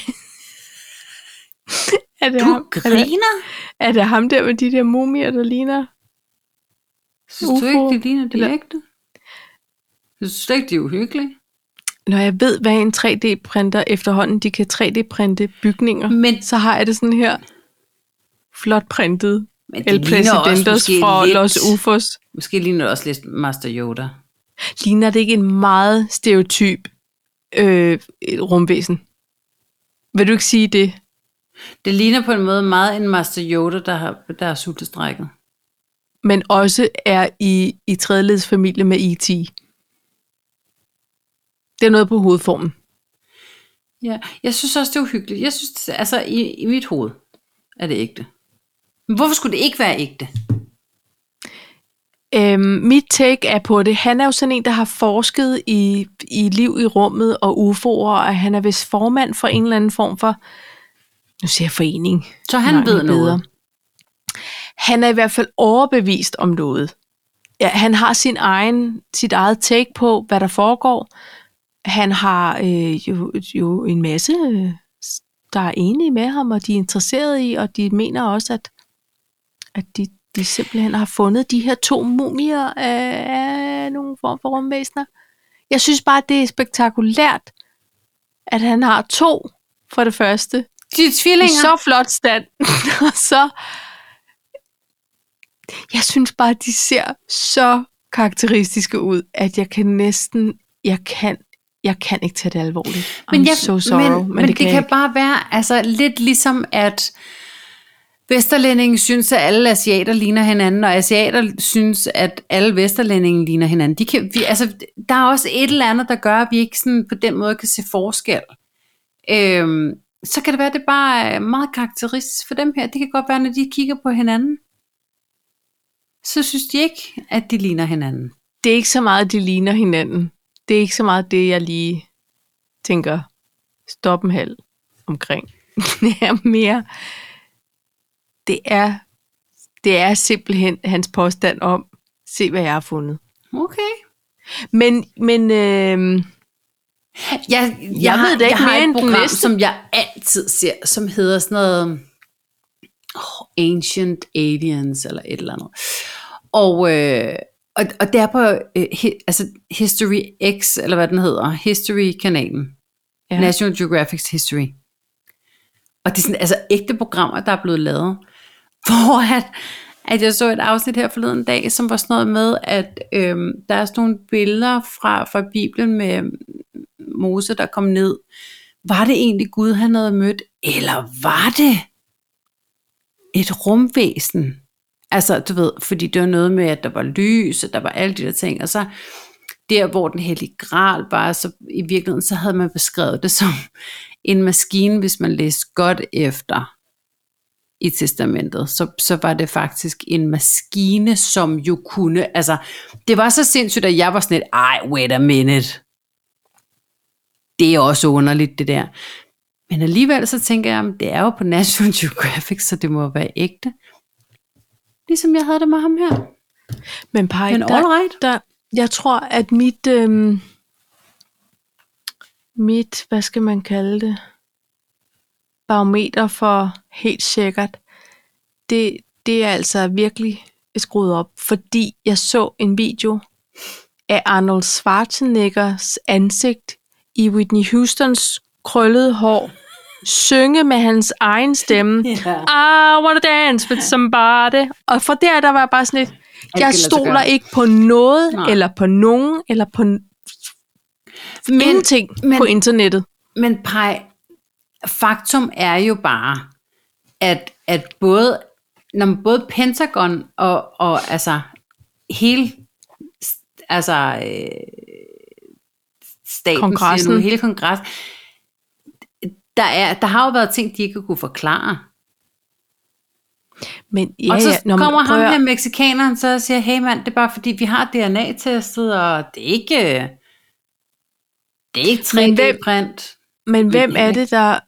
er, det Du ham, er, det, griner? er det ham der med de der mumier, der ligner? Synes du ikke, Ufo, det ligner det eller- ægte? Synes du slet ikke, det er uhyggeligt? Når jeg ved, hvad en 3D-printer efterhånden, de kan 3D-printe bygninger. Men så har jeg det sådan her flot printet Men det El ligner også Presidentos måske fra lidt, Los Ufos. Måske ligner det også lidt Master Yoda. Ligner det ikke en meget stereotyp øh, rumvæsen? Vil du ikke sige det? Det ligner på en måde meget en Master Yoda, der har, der har sultestrækket. Men også er i, i tredjeleds familie med E.T. Det er noget på hovedformen. Ja, jeg synes også, det er uhyggeligt. Jeg synes, det- altså i, i mit hoved er det ægte. Men hvorfor skulle det ikke være ægte? Øhm, mit take er på det. Han er jo sådan en, der har forsket i, i liv i rummet og UFO'er, og han er vist formand for en eller anden form for, nu siger jeg forening, Så han Nej, ved bedre. noget. Han er i hvert fald overbevist om noget. Ja, han har sin egen, sit eget take på, hvad der foregår. Han har øh, jo, jo en masse, øh, s- der er enige med ham, og de er interesserede i, og de mener også, at, at de, de simpelthen har fundet de her to mumier af, af nogle form for rumvæsener. Jeg synes bare, det er spektakulært, at han har to for det første, De er i tvillinger. så flot stand. og så... Jeg synes bare, de ser så karakteristiske ud, at jeg kan næsten... Jeg kan, jeg kan ikke tage det alvorligt. I'm Men, jeg, so sorry, men, men det, kan kan jeg bare være altså, lidt ligesom, at Vesterlændingen synes, at alle asiater ligner hinanden, og asiater synes, at alle vesterlændingen ligner hinanden. De kan, vi, altså, der er også et eller andet, der gør, at vi ikke sådan på den måde kan se forskel. Øhm, så kan det være, at det bare er meget karakteristisk for dem her. Det kan godt være, når de kigger på hinanden, så synes de ikke, at de ligner hinanden. Det er ikke så meget, de ligner hinanden. Det er ikke så meget det, jeg lige tænker stop en halv omkring. Det er mere... Det er, det er simpelthen hans påstand om, se hvad jeg har fundet. Okay. Men, men øh, Jeg, jeg, Jeg ved det jeg ikke har mere et end den program, næste. som jeg altid ser, som hedder sådan noget oh, Ancient Aliens eller et eller andet. Og, øh, og, og det er på øh, hi, altså History X, eller hvad den hedder, History-kanalen. Ja. Ja. National Geographic History. Og det er sådan, altså ægte programmer, der er blevet lavet. Hvor at, at jeg så et afsnit her forleden dag, som var sådan noget med, at øhm, der er sådan nogle billeder fra, fra Bibelen med Mose, der kom ned. Var det egentlig Gud, han havde mødt? Eller var det et rumvæsen? Altså, du ved, fordi det var noget med, at der var lys, og der var alle de der ting. Og så der, hvor den hellige gral var, så i virkeligheden, så havde man beskrevet det som en maskine, hvis man læste godt efter i testamentet, så, så var det faktisk en maskine, som jo kunne, altså, det var så sindssygt, at jeg var sådan lidt, ej, wait a minute. Det er også underligt, det der. Men alligevel så tænker jeg, "Jamen, det er jo på National Geographic, så det må være ægte. Ligesom jeg havde det med ham her. men pej, Men der, all right. der, jeg tror, at mit, øh, mit, hvad skal man kalde det, barometer for helt sikkert, det, det er altså virkelig skruet op, fordi jeg så en video af Arnold Schwarzeneggers ansigt i Whitney Houstons krøllede hår, synge med hans egen stemme. Ja. I wanna Ah, dance with somebody. Og for der, der var jeg bare sådan lidt, kan jeg lade sig stoler gøre. ikke på noget, Nej. Nej. eller på nogen, eller på men, Men, ingenting men- men, på internettet. Men Pej, faktum er jo bare, at, at både, når man både Pentagon og, og altså hele altså øh, staten, Kongressen. siger nu, hele kongressen, der, er, der har jo været ting, de ikke har kunne forklare. Men ja, Ja, og så ja, ja, når man kommer ham prøver- her, mexikaneren, så og siger, hey mand, det er bare fordi, vi har DNA-testet, og det er ikke, det er ikke Men hvem- 3D-print. Men hvem Øh, Ja. er det, der,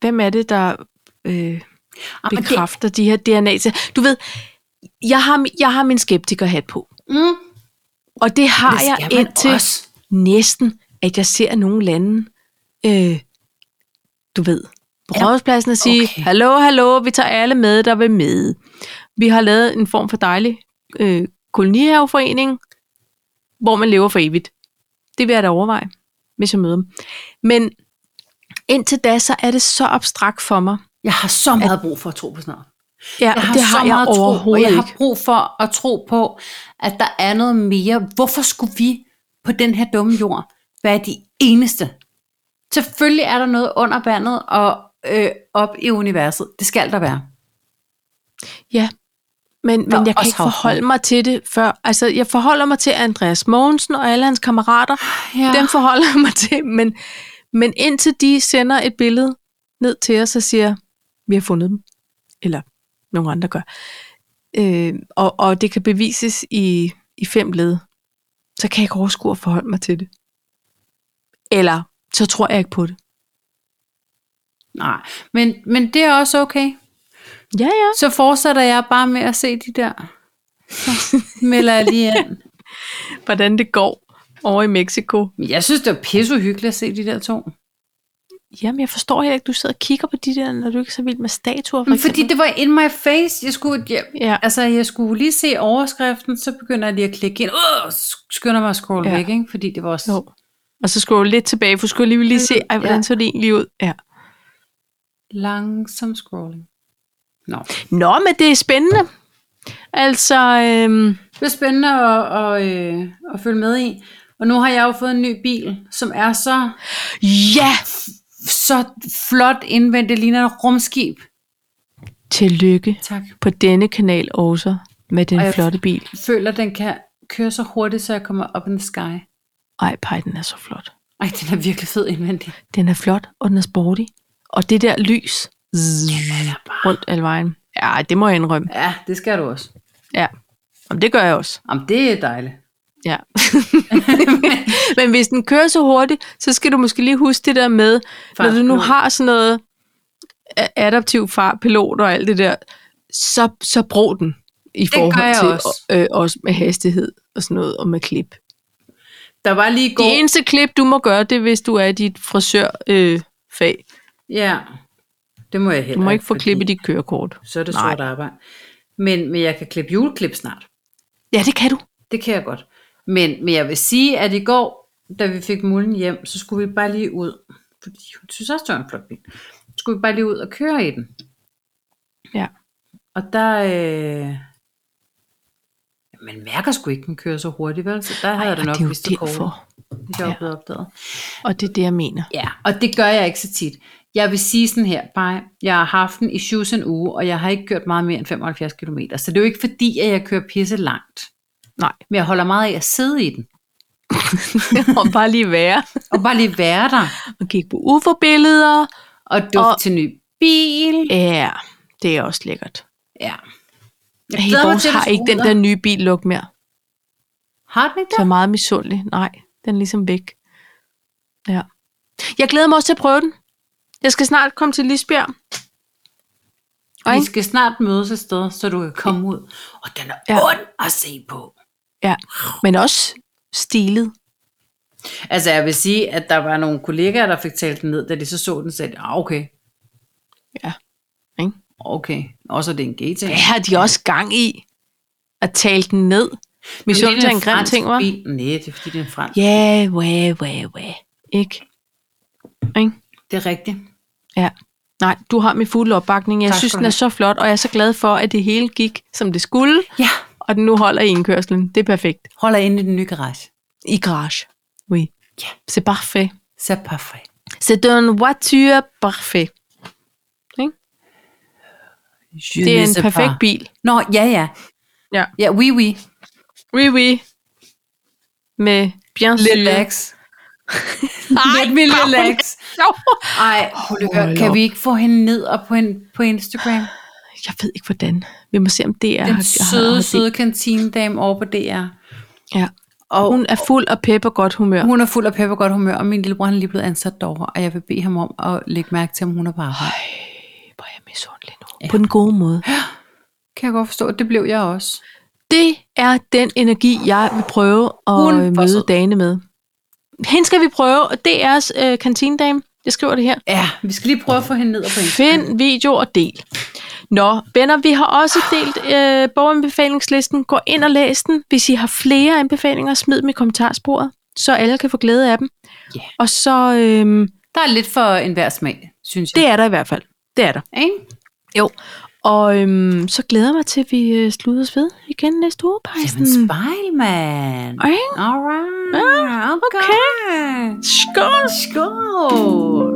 hvem er det, der øh, Ah, men det- bekræfter de her DNA? -test? Du ved, jeg har, mi- jeg har min skeptikerhat på. Mm. Og det har Det skal jeg man indtil også. næsten, at jeg ser nogle lande, øh, du ved, på Ja, ja. rådspladsen og sige, okay. okay. hallo, hallo, vi tager alle med, der vil med. Vi har lavet en form for dejlig øh, kolonihaveforening, hvor man lever for evigt. Det vil jeg da overveje, hvis jeg møder dem. Men indtil da, så er det så abstrakt for mig. Jeg har så meget brug for at tro på sådan noget. Ja, Jeg har det så har jeg meget tro, og overhovedet jeg ikke. har brug for at tro på, at der er noget mere. Hvorfor skulle vi på den her dumme jord være de eneste? Selvfølgelig er der noget under vandet og øh, op i universet. Det skal der være. Ja, men, Der er men jeg kan også ikke havfrue. forholde mig til det før. Altså, jeg forholder mig til Andreas Mogensen og alle hans kammerater. Ja. Dem forholder jeg mig til, men, men indtil de sender et billede ned til os og siger, vi har fundet dem, eller nogen andre gør, øh, og, og det kan bevises i, i fem led, så kan jeg ikke overskue at forholde mig til det. Eller så tror jeg ikke på det. Nej, men, men det er også okay. Ja, ja. Så fortsætter jeg bare med at se de der. Så melder jeg lige ind. Hvordan det går over i Mexico. Men Jeg synes, det var pisseuhyggeligt at se de der to. Jamen, jeg forstår heller ikke, du sidder og kigger på de der, når du ikke er så vild med statuer. For Men fordi eksempel. det var in my face. Jeg skulle, jeg, Ja. Altså, jeg skulle lige se overskriften, så begynder jeg lige at klikke ind. Åh, skynder mig at scrolle ja. Ja. væk, ikke? Fordi det var også... Jo. Og så scroll lidt tilbage, for du skulle lige, lige se, ej, hvordan Ja. så det egentlig ud. Ja. Langsom scrolling. Nå. Nå, men det er spændende. Altså, øhm, Det er spændende at, at, øh, at følge med i. Og nu har jeg jo fået en ny bil, som er så, ja, så flot indvendt. Det ligner et rumskib. Tillykke Tak. på denne kanal også med den Og jeg- flotte bil. Jeg føler, den kan køre så hurtigt, så jeg kommer op in the sky. Ej, pej, den er så flot. Ej, den er virkelig fed indvendig. Den er flot, og den er sporty. Og det der lys zzz, rundt alle vejen. Ja, det må jeg indrømme. Ja, det skal du også. Ja. Jamen, det gør jeg også. Jamen, det er dejligt. Ja. Men hvis den kører så hurtigt, så skal du måske lige huske det der med, når du nu Fartpilot. har sådan noget a- adaptiv farpilot og alt det der, så, så brug den i gør forhold jeg til også. og- Øh, også med hastighed og sådan noget, og med klip. Der var lige i går... Det eneste klip, du må gøre, det er, hvis du er i dit frisørfag. Øh, fag. Ja, det må jeg heller du må ikke få fordi klippet dit kørekort. Så er det Nej. sort arbejde. Men, men jeg kan klippe juleklip snart. Ja, det kan du. Det kan jeg godt. Men, men jeg vil sige, at i går, da vi fik mulden hjem, så skulle vi bare lige ud. Fordi hun synes også, det var en flot bil. Så skulle vi bare lige ud og køre i den. Ja. Og der... Øh... Man mærker sgu ikke, den kører så hurtigt, vel? Så der havde jeg og det nok det er jo vist det korte, derfor. hvis jeg var blevet opdaget. Og det er det, jeg mener. Ja, og det gør jeg ikke så tit. Jeg vil sige sådan her, bare, jeg har haft den i shoes en uge, og jeg har ikke kørt meget mere end 75 km. Så det er jo ikke fordi, at jeg kører pisse langt. Nej, Men jeg holder meget af at sidde i den. det må bare lige være. Og bare lige være der. Og kigge på UFO-billeder. Og dufte og... Og- til ny bil. Ja, det er også lækkert. Ja. Jeg Hey, glæder mig vores til, at har du ikke skal den ud der og- nye bil luk mere. Har den ikke Så det? meget misundelig. Nej, den er ligesom væk. Ja. Jeg glæder mig også til at prøve den. Jeg skal snart komme til Lisbjerg. Og Vi ikke? skal snart mødes et sted, så du kan komme ud. Og den er ja. Ja. ond at se på. Ja. Men også stilet. Altså jeg vil sige, at der var nogle kollegaer, der fik talt den ned, da de så så den, sagde, ah, okay, Ja. Ikke? okay. Og så er det en GT. Hvad har de også gang i? At tale den ned. Misundelse er en grim ting, var? Bil. Nej, det er fordi, det er en fransk. Ja, wah, wah, wah. Ikke? Ikke? Det er rigtigt. Ja. Nej, du har min fulde opbakning. Jeg Tak tak synes, skal du den er så flot, og jeg er så glad for, at det hele gik, som det skulle, Ja. og den nu holder i indkørslen. Det er perfekt. Holder inde i den nye garage. I garage. Oui. Ja. C'est parfait. Så perfekt. C'est une voiture parfait. Je Det er ne sais en perfekt pas. bil. Nå, ja, ja. Ja. Ja, oui, oui. Oui, oui. Med bien sûr. Relax. Nej, Let me relax. Ej, Hold Holger, kan op. vi ikke få hende ned og på, en, på Instagram? Jeg ved ikke, hvordan. Vi må se, om det er... Den søde, søde kantinedame over på DR. Ja. Og Hun er fuld og pep og godt humør. hun er fuld af pep og godt humør, og min lillebror han er lige blevet ansat derovre, og jeg vil bede ham om at lægge mærke til, om hun er på arbejde. Ej, hvor er jeg misundelig nu. Ja. På den gode måde. Kan jeg godt forstå, at det blev jeg også. Det er den energi, jeg vil prøve at Hun Hun var sød. møde Dane med. Hende skal vi prøve, og det er øh, kantinedame. Jeg skriver det her. Ja, vi skal lige prøve at få hende ned og på Instagram. Find video og del. Nå, venner, vi har også delt øh, borgeranbefalingslisten. Gå ind og læs den. Hvis I har flere anbefalinger, smid dem i kommentarsporet, så alle kan få glæde af dem. Ja. Og så, øh, Der er lidt for enhver smag, synes jeg. det er der i hvert fald. Det er der. Ikke? Jo. Og øhm, så glæder jeg mig til, at vi øh, sluttes ved igen næste uge, Pejsen. Jamen, spejl, mand. Alright. Alright. Okay. Skål! Skål.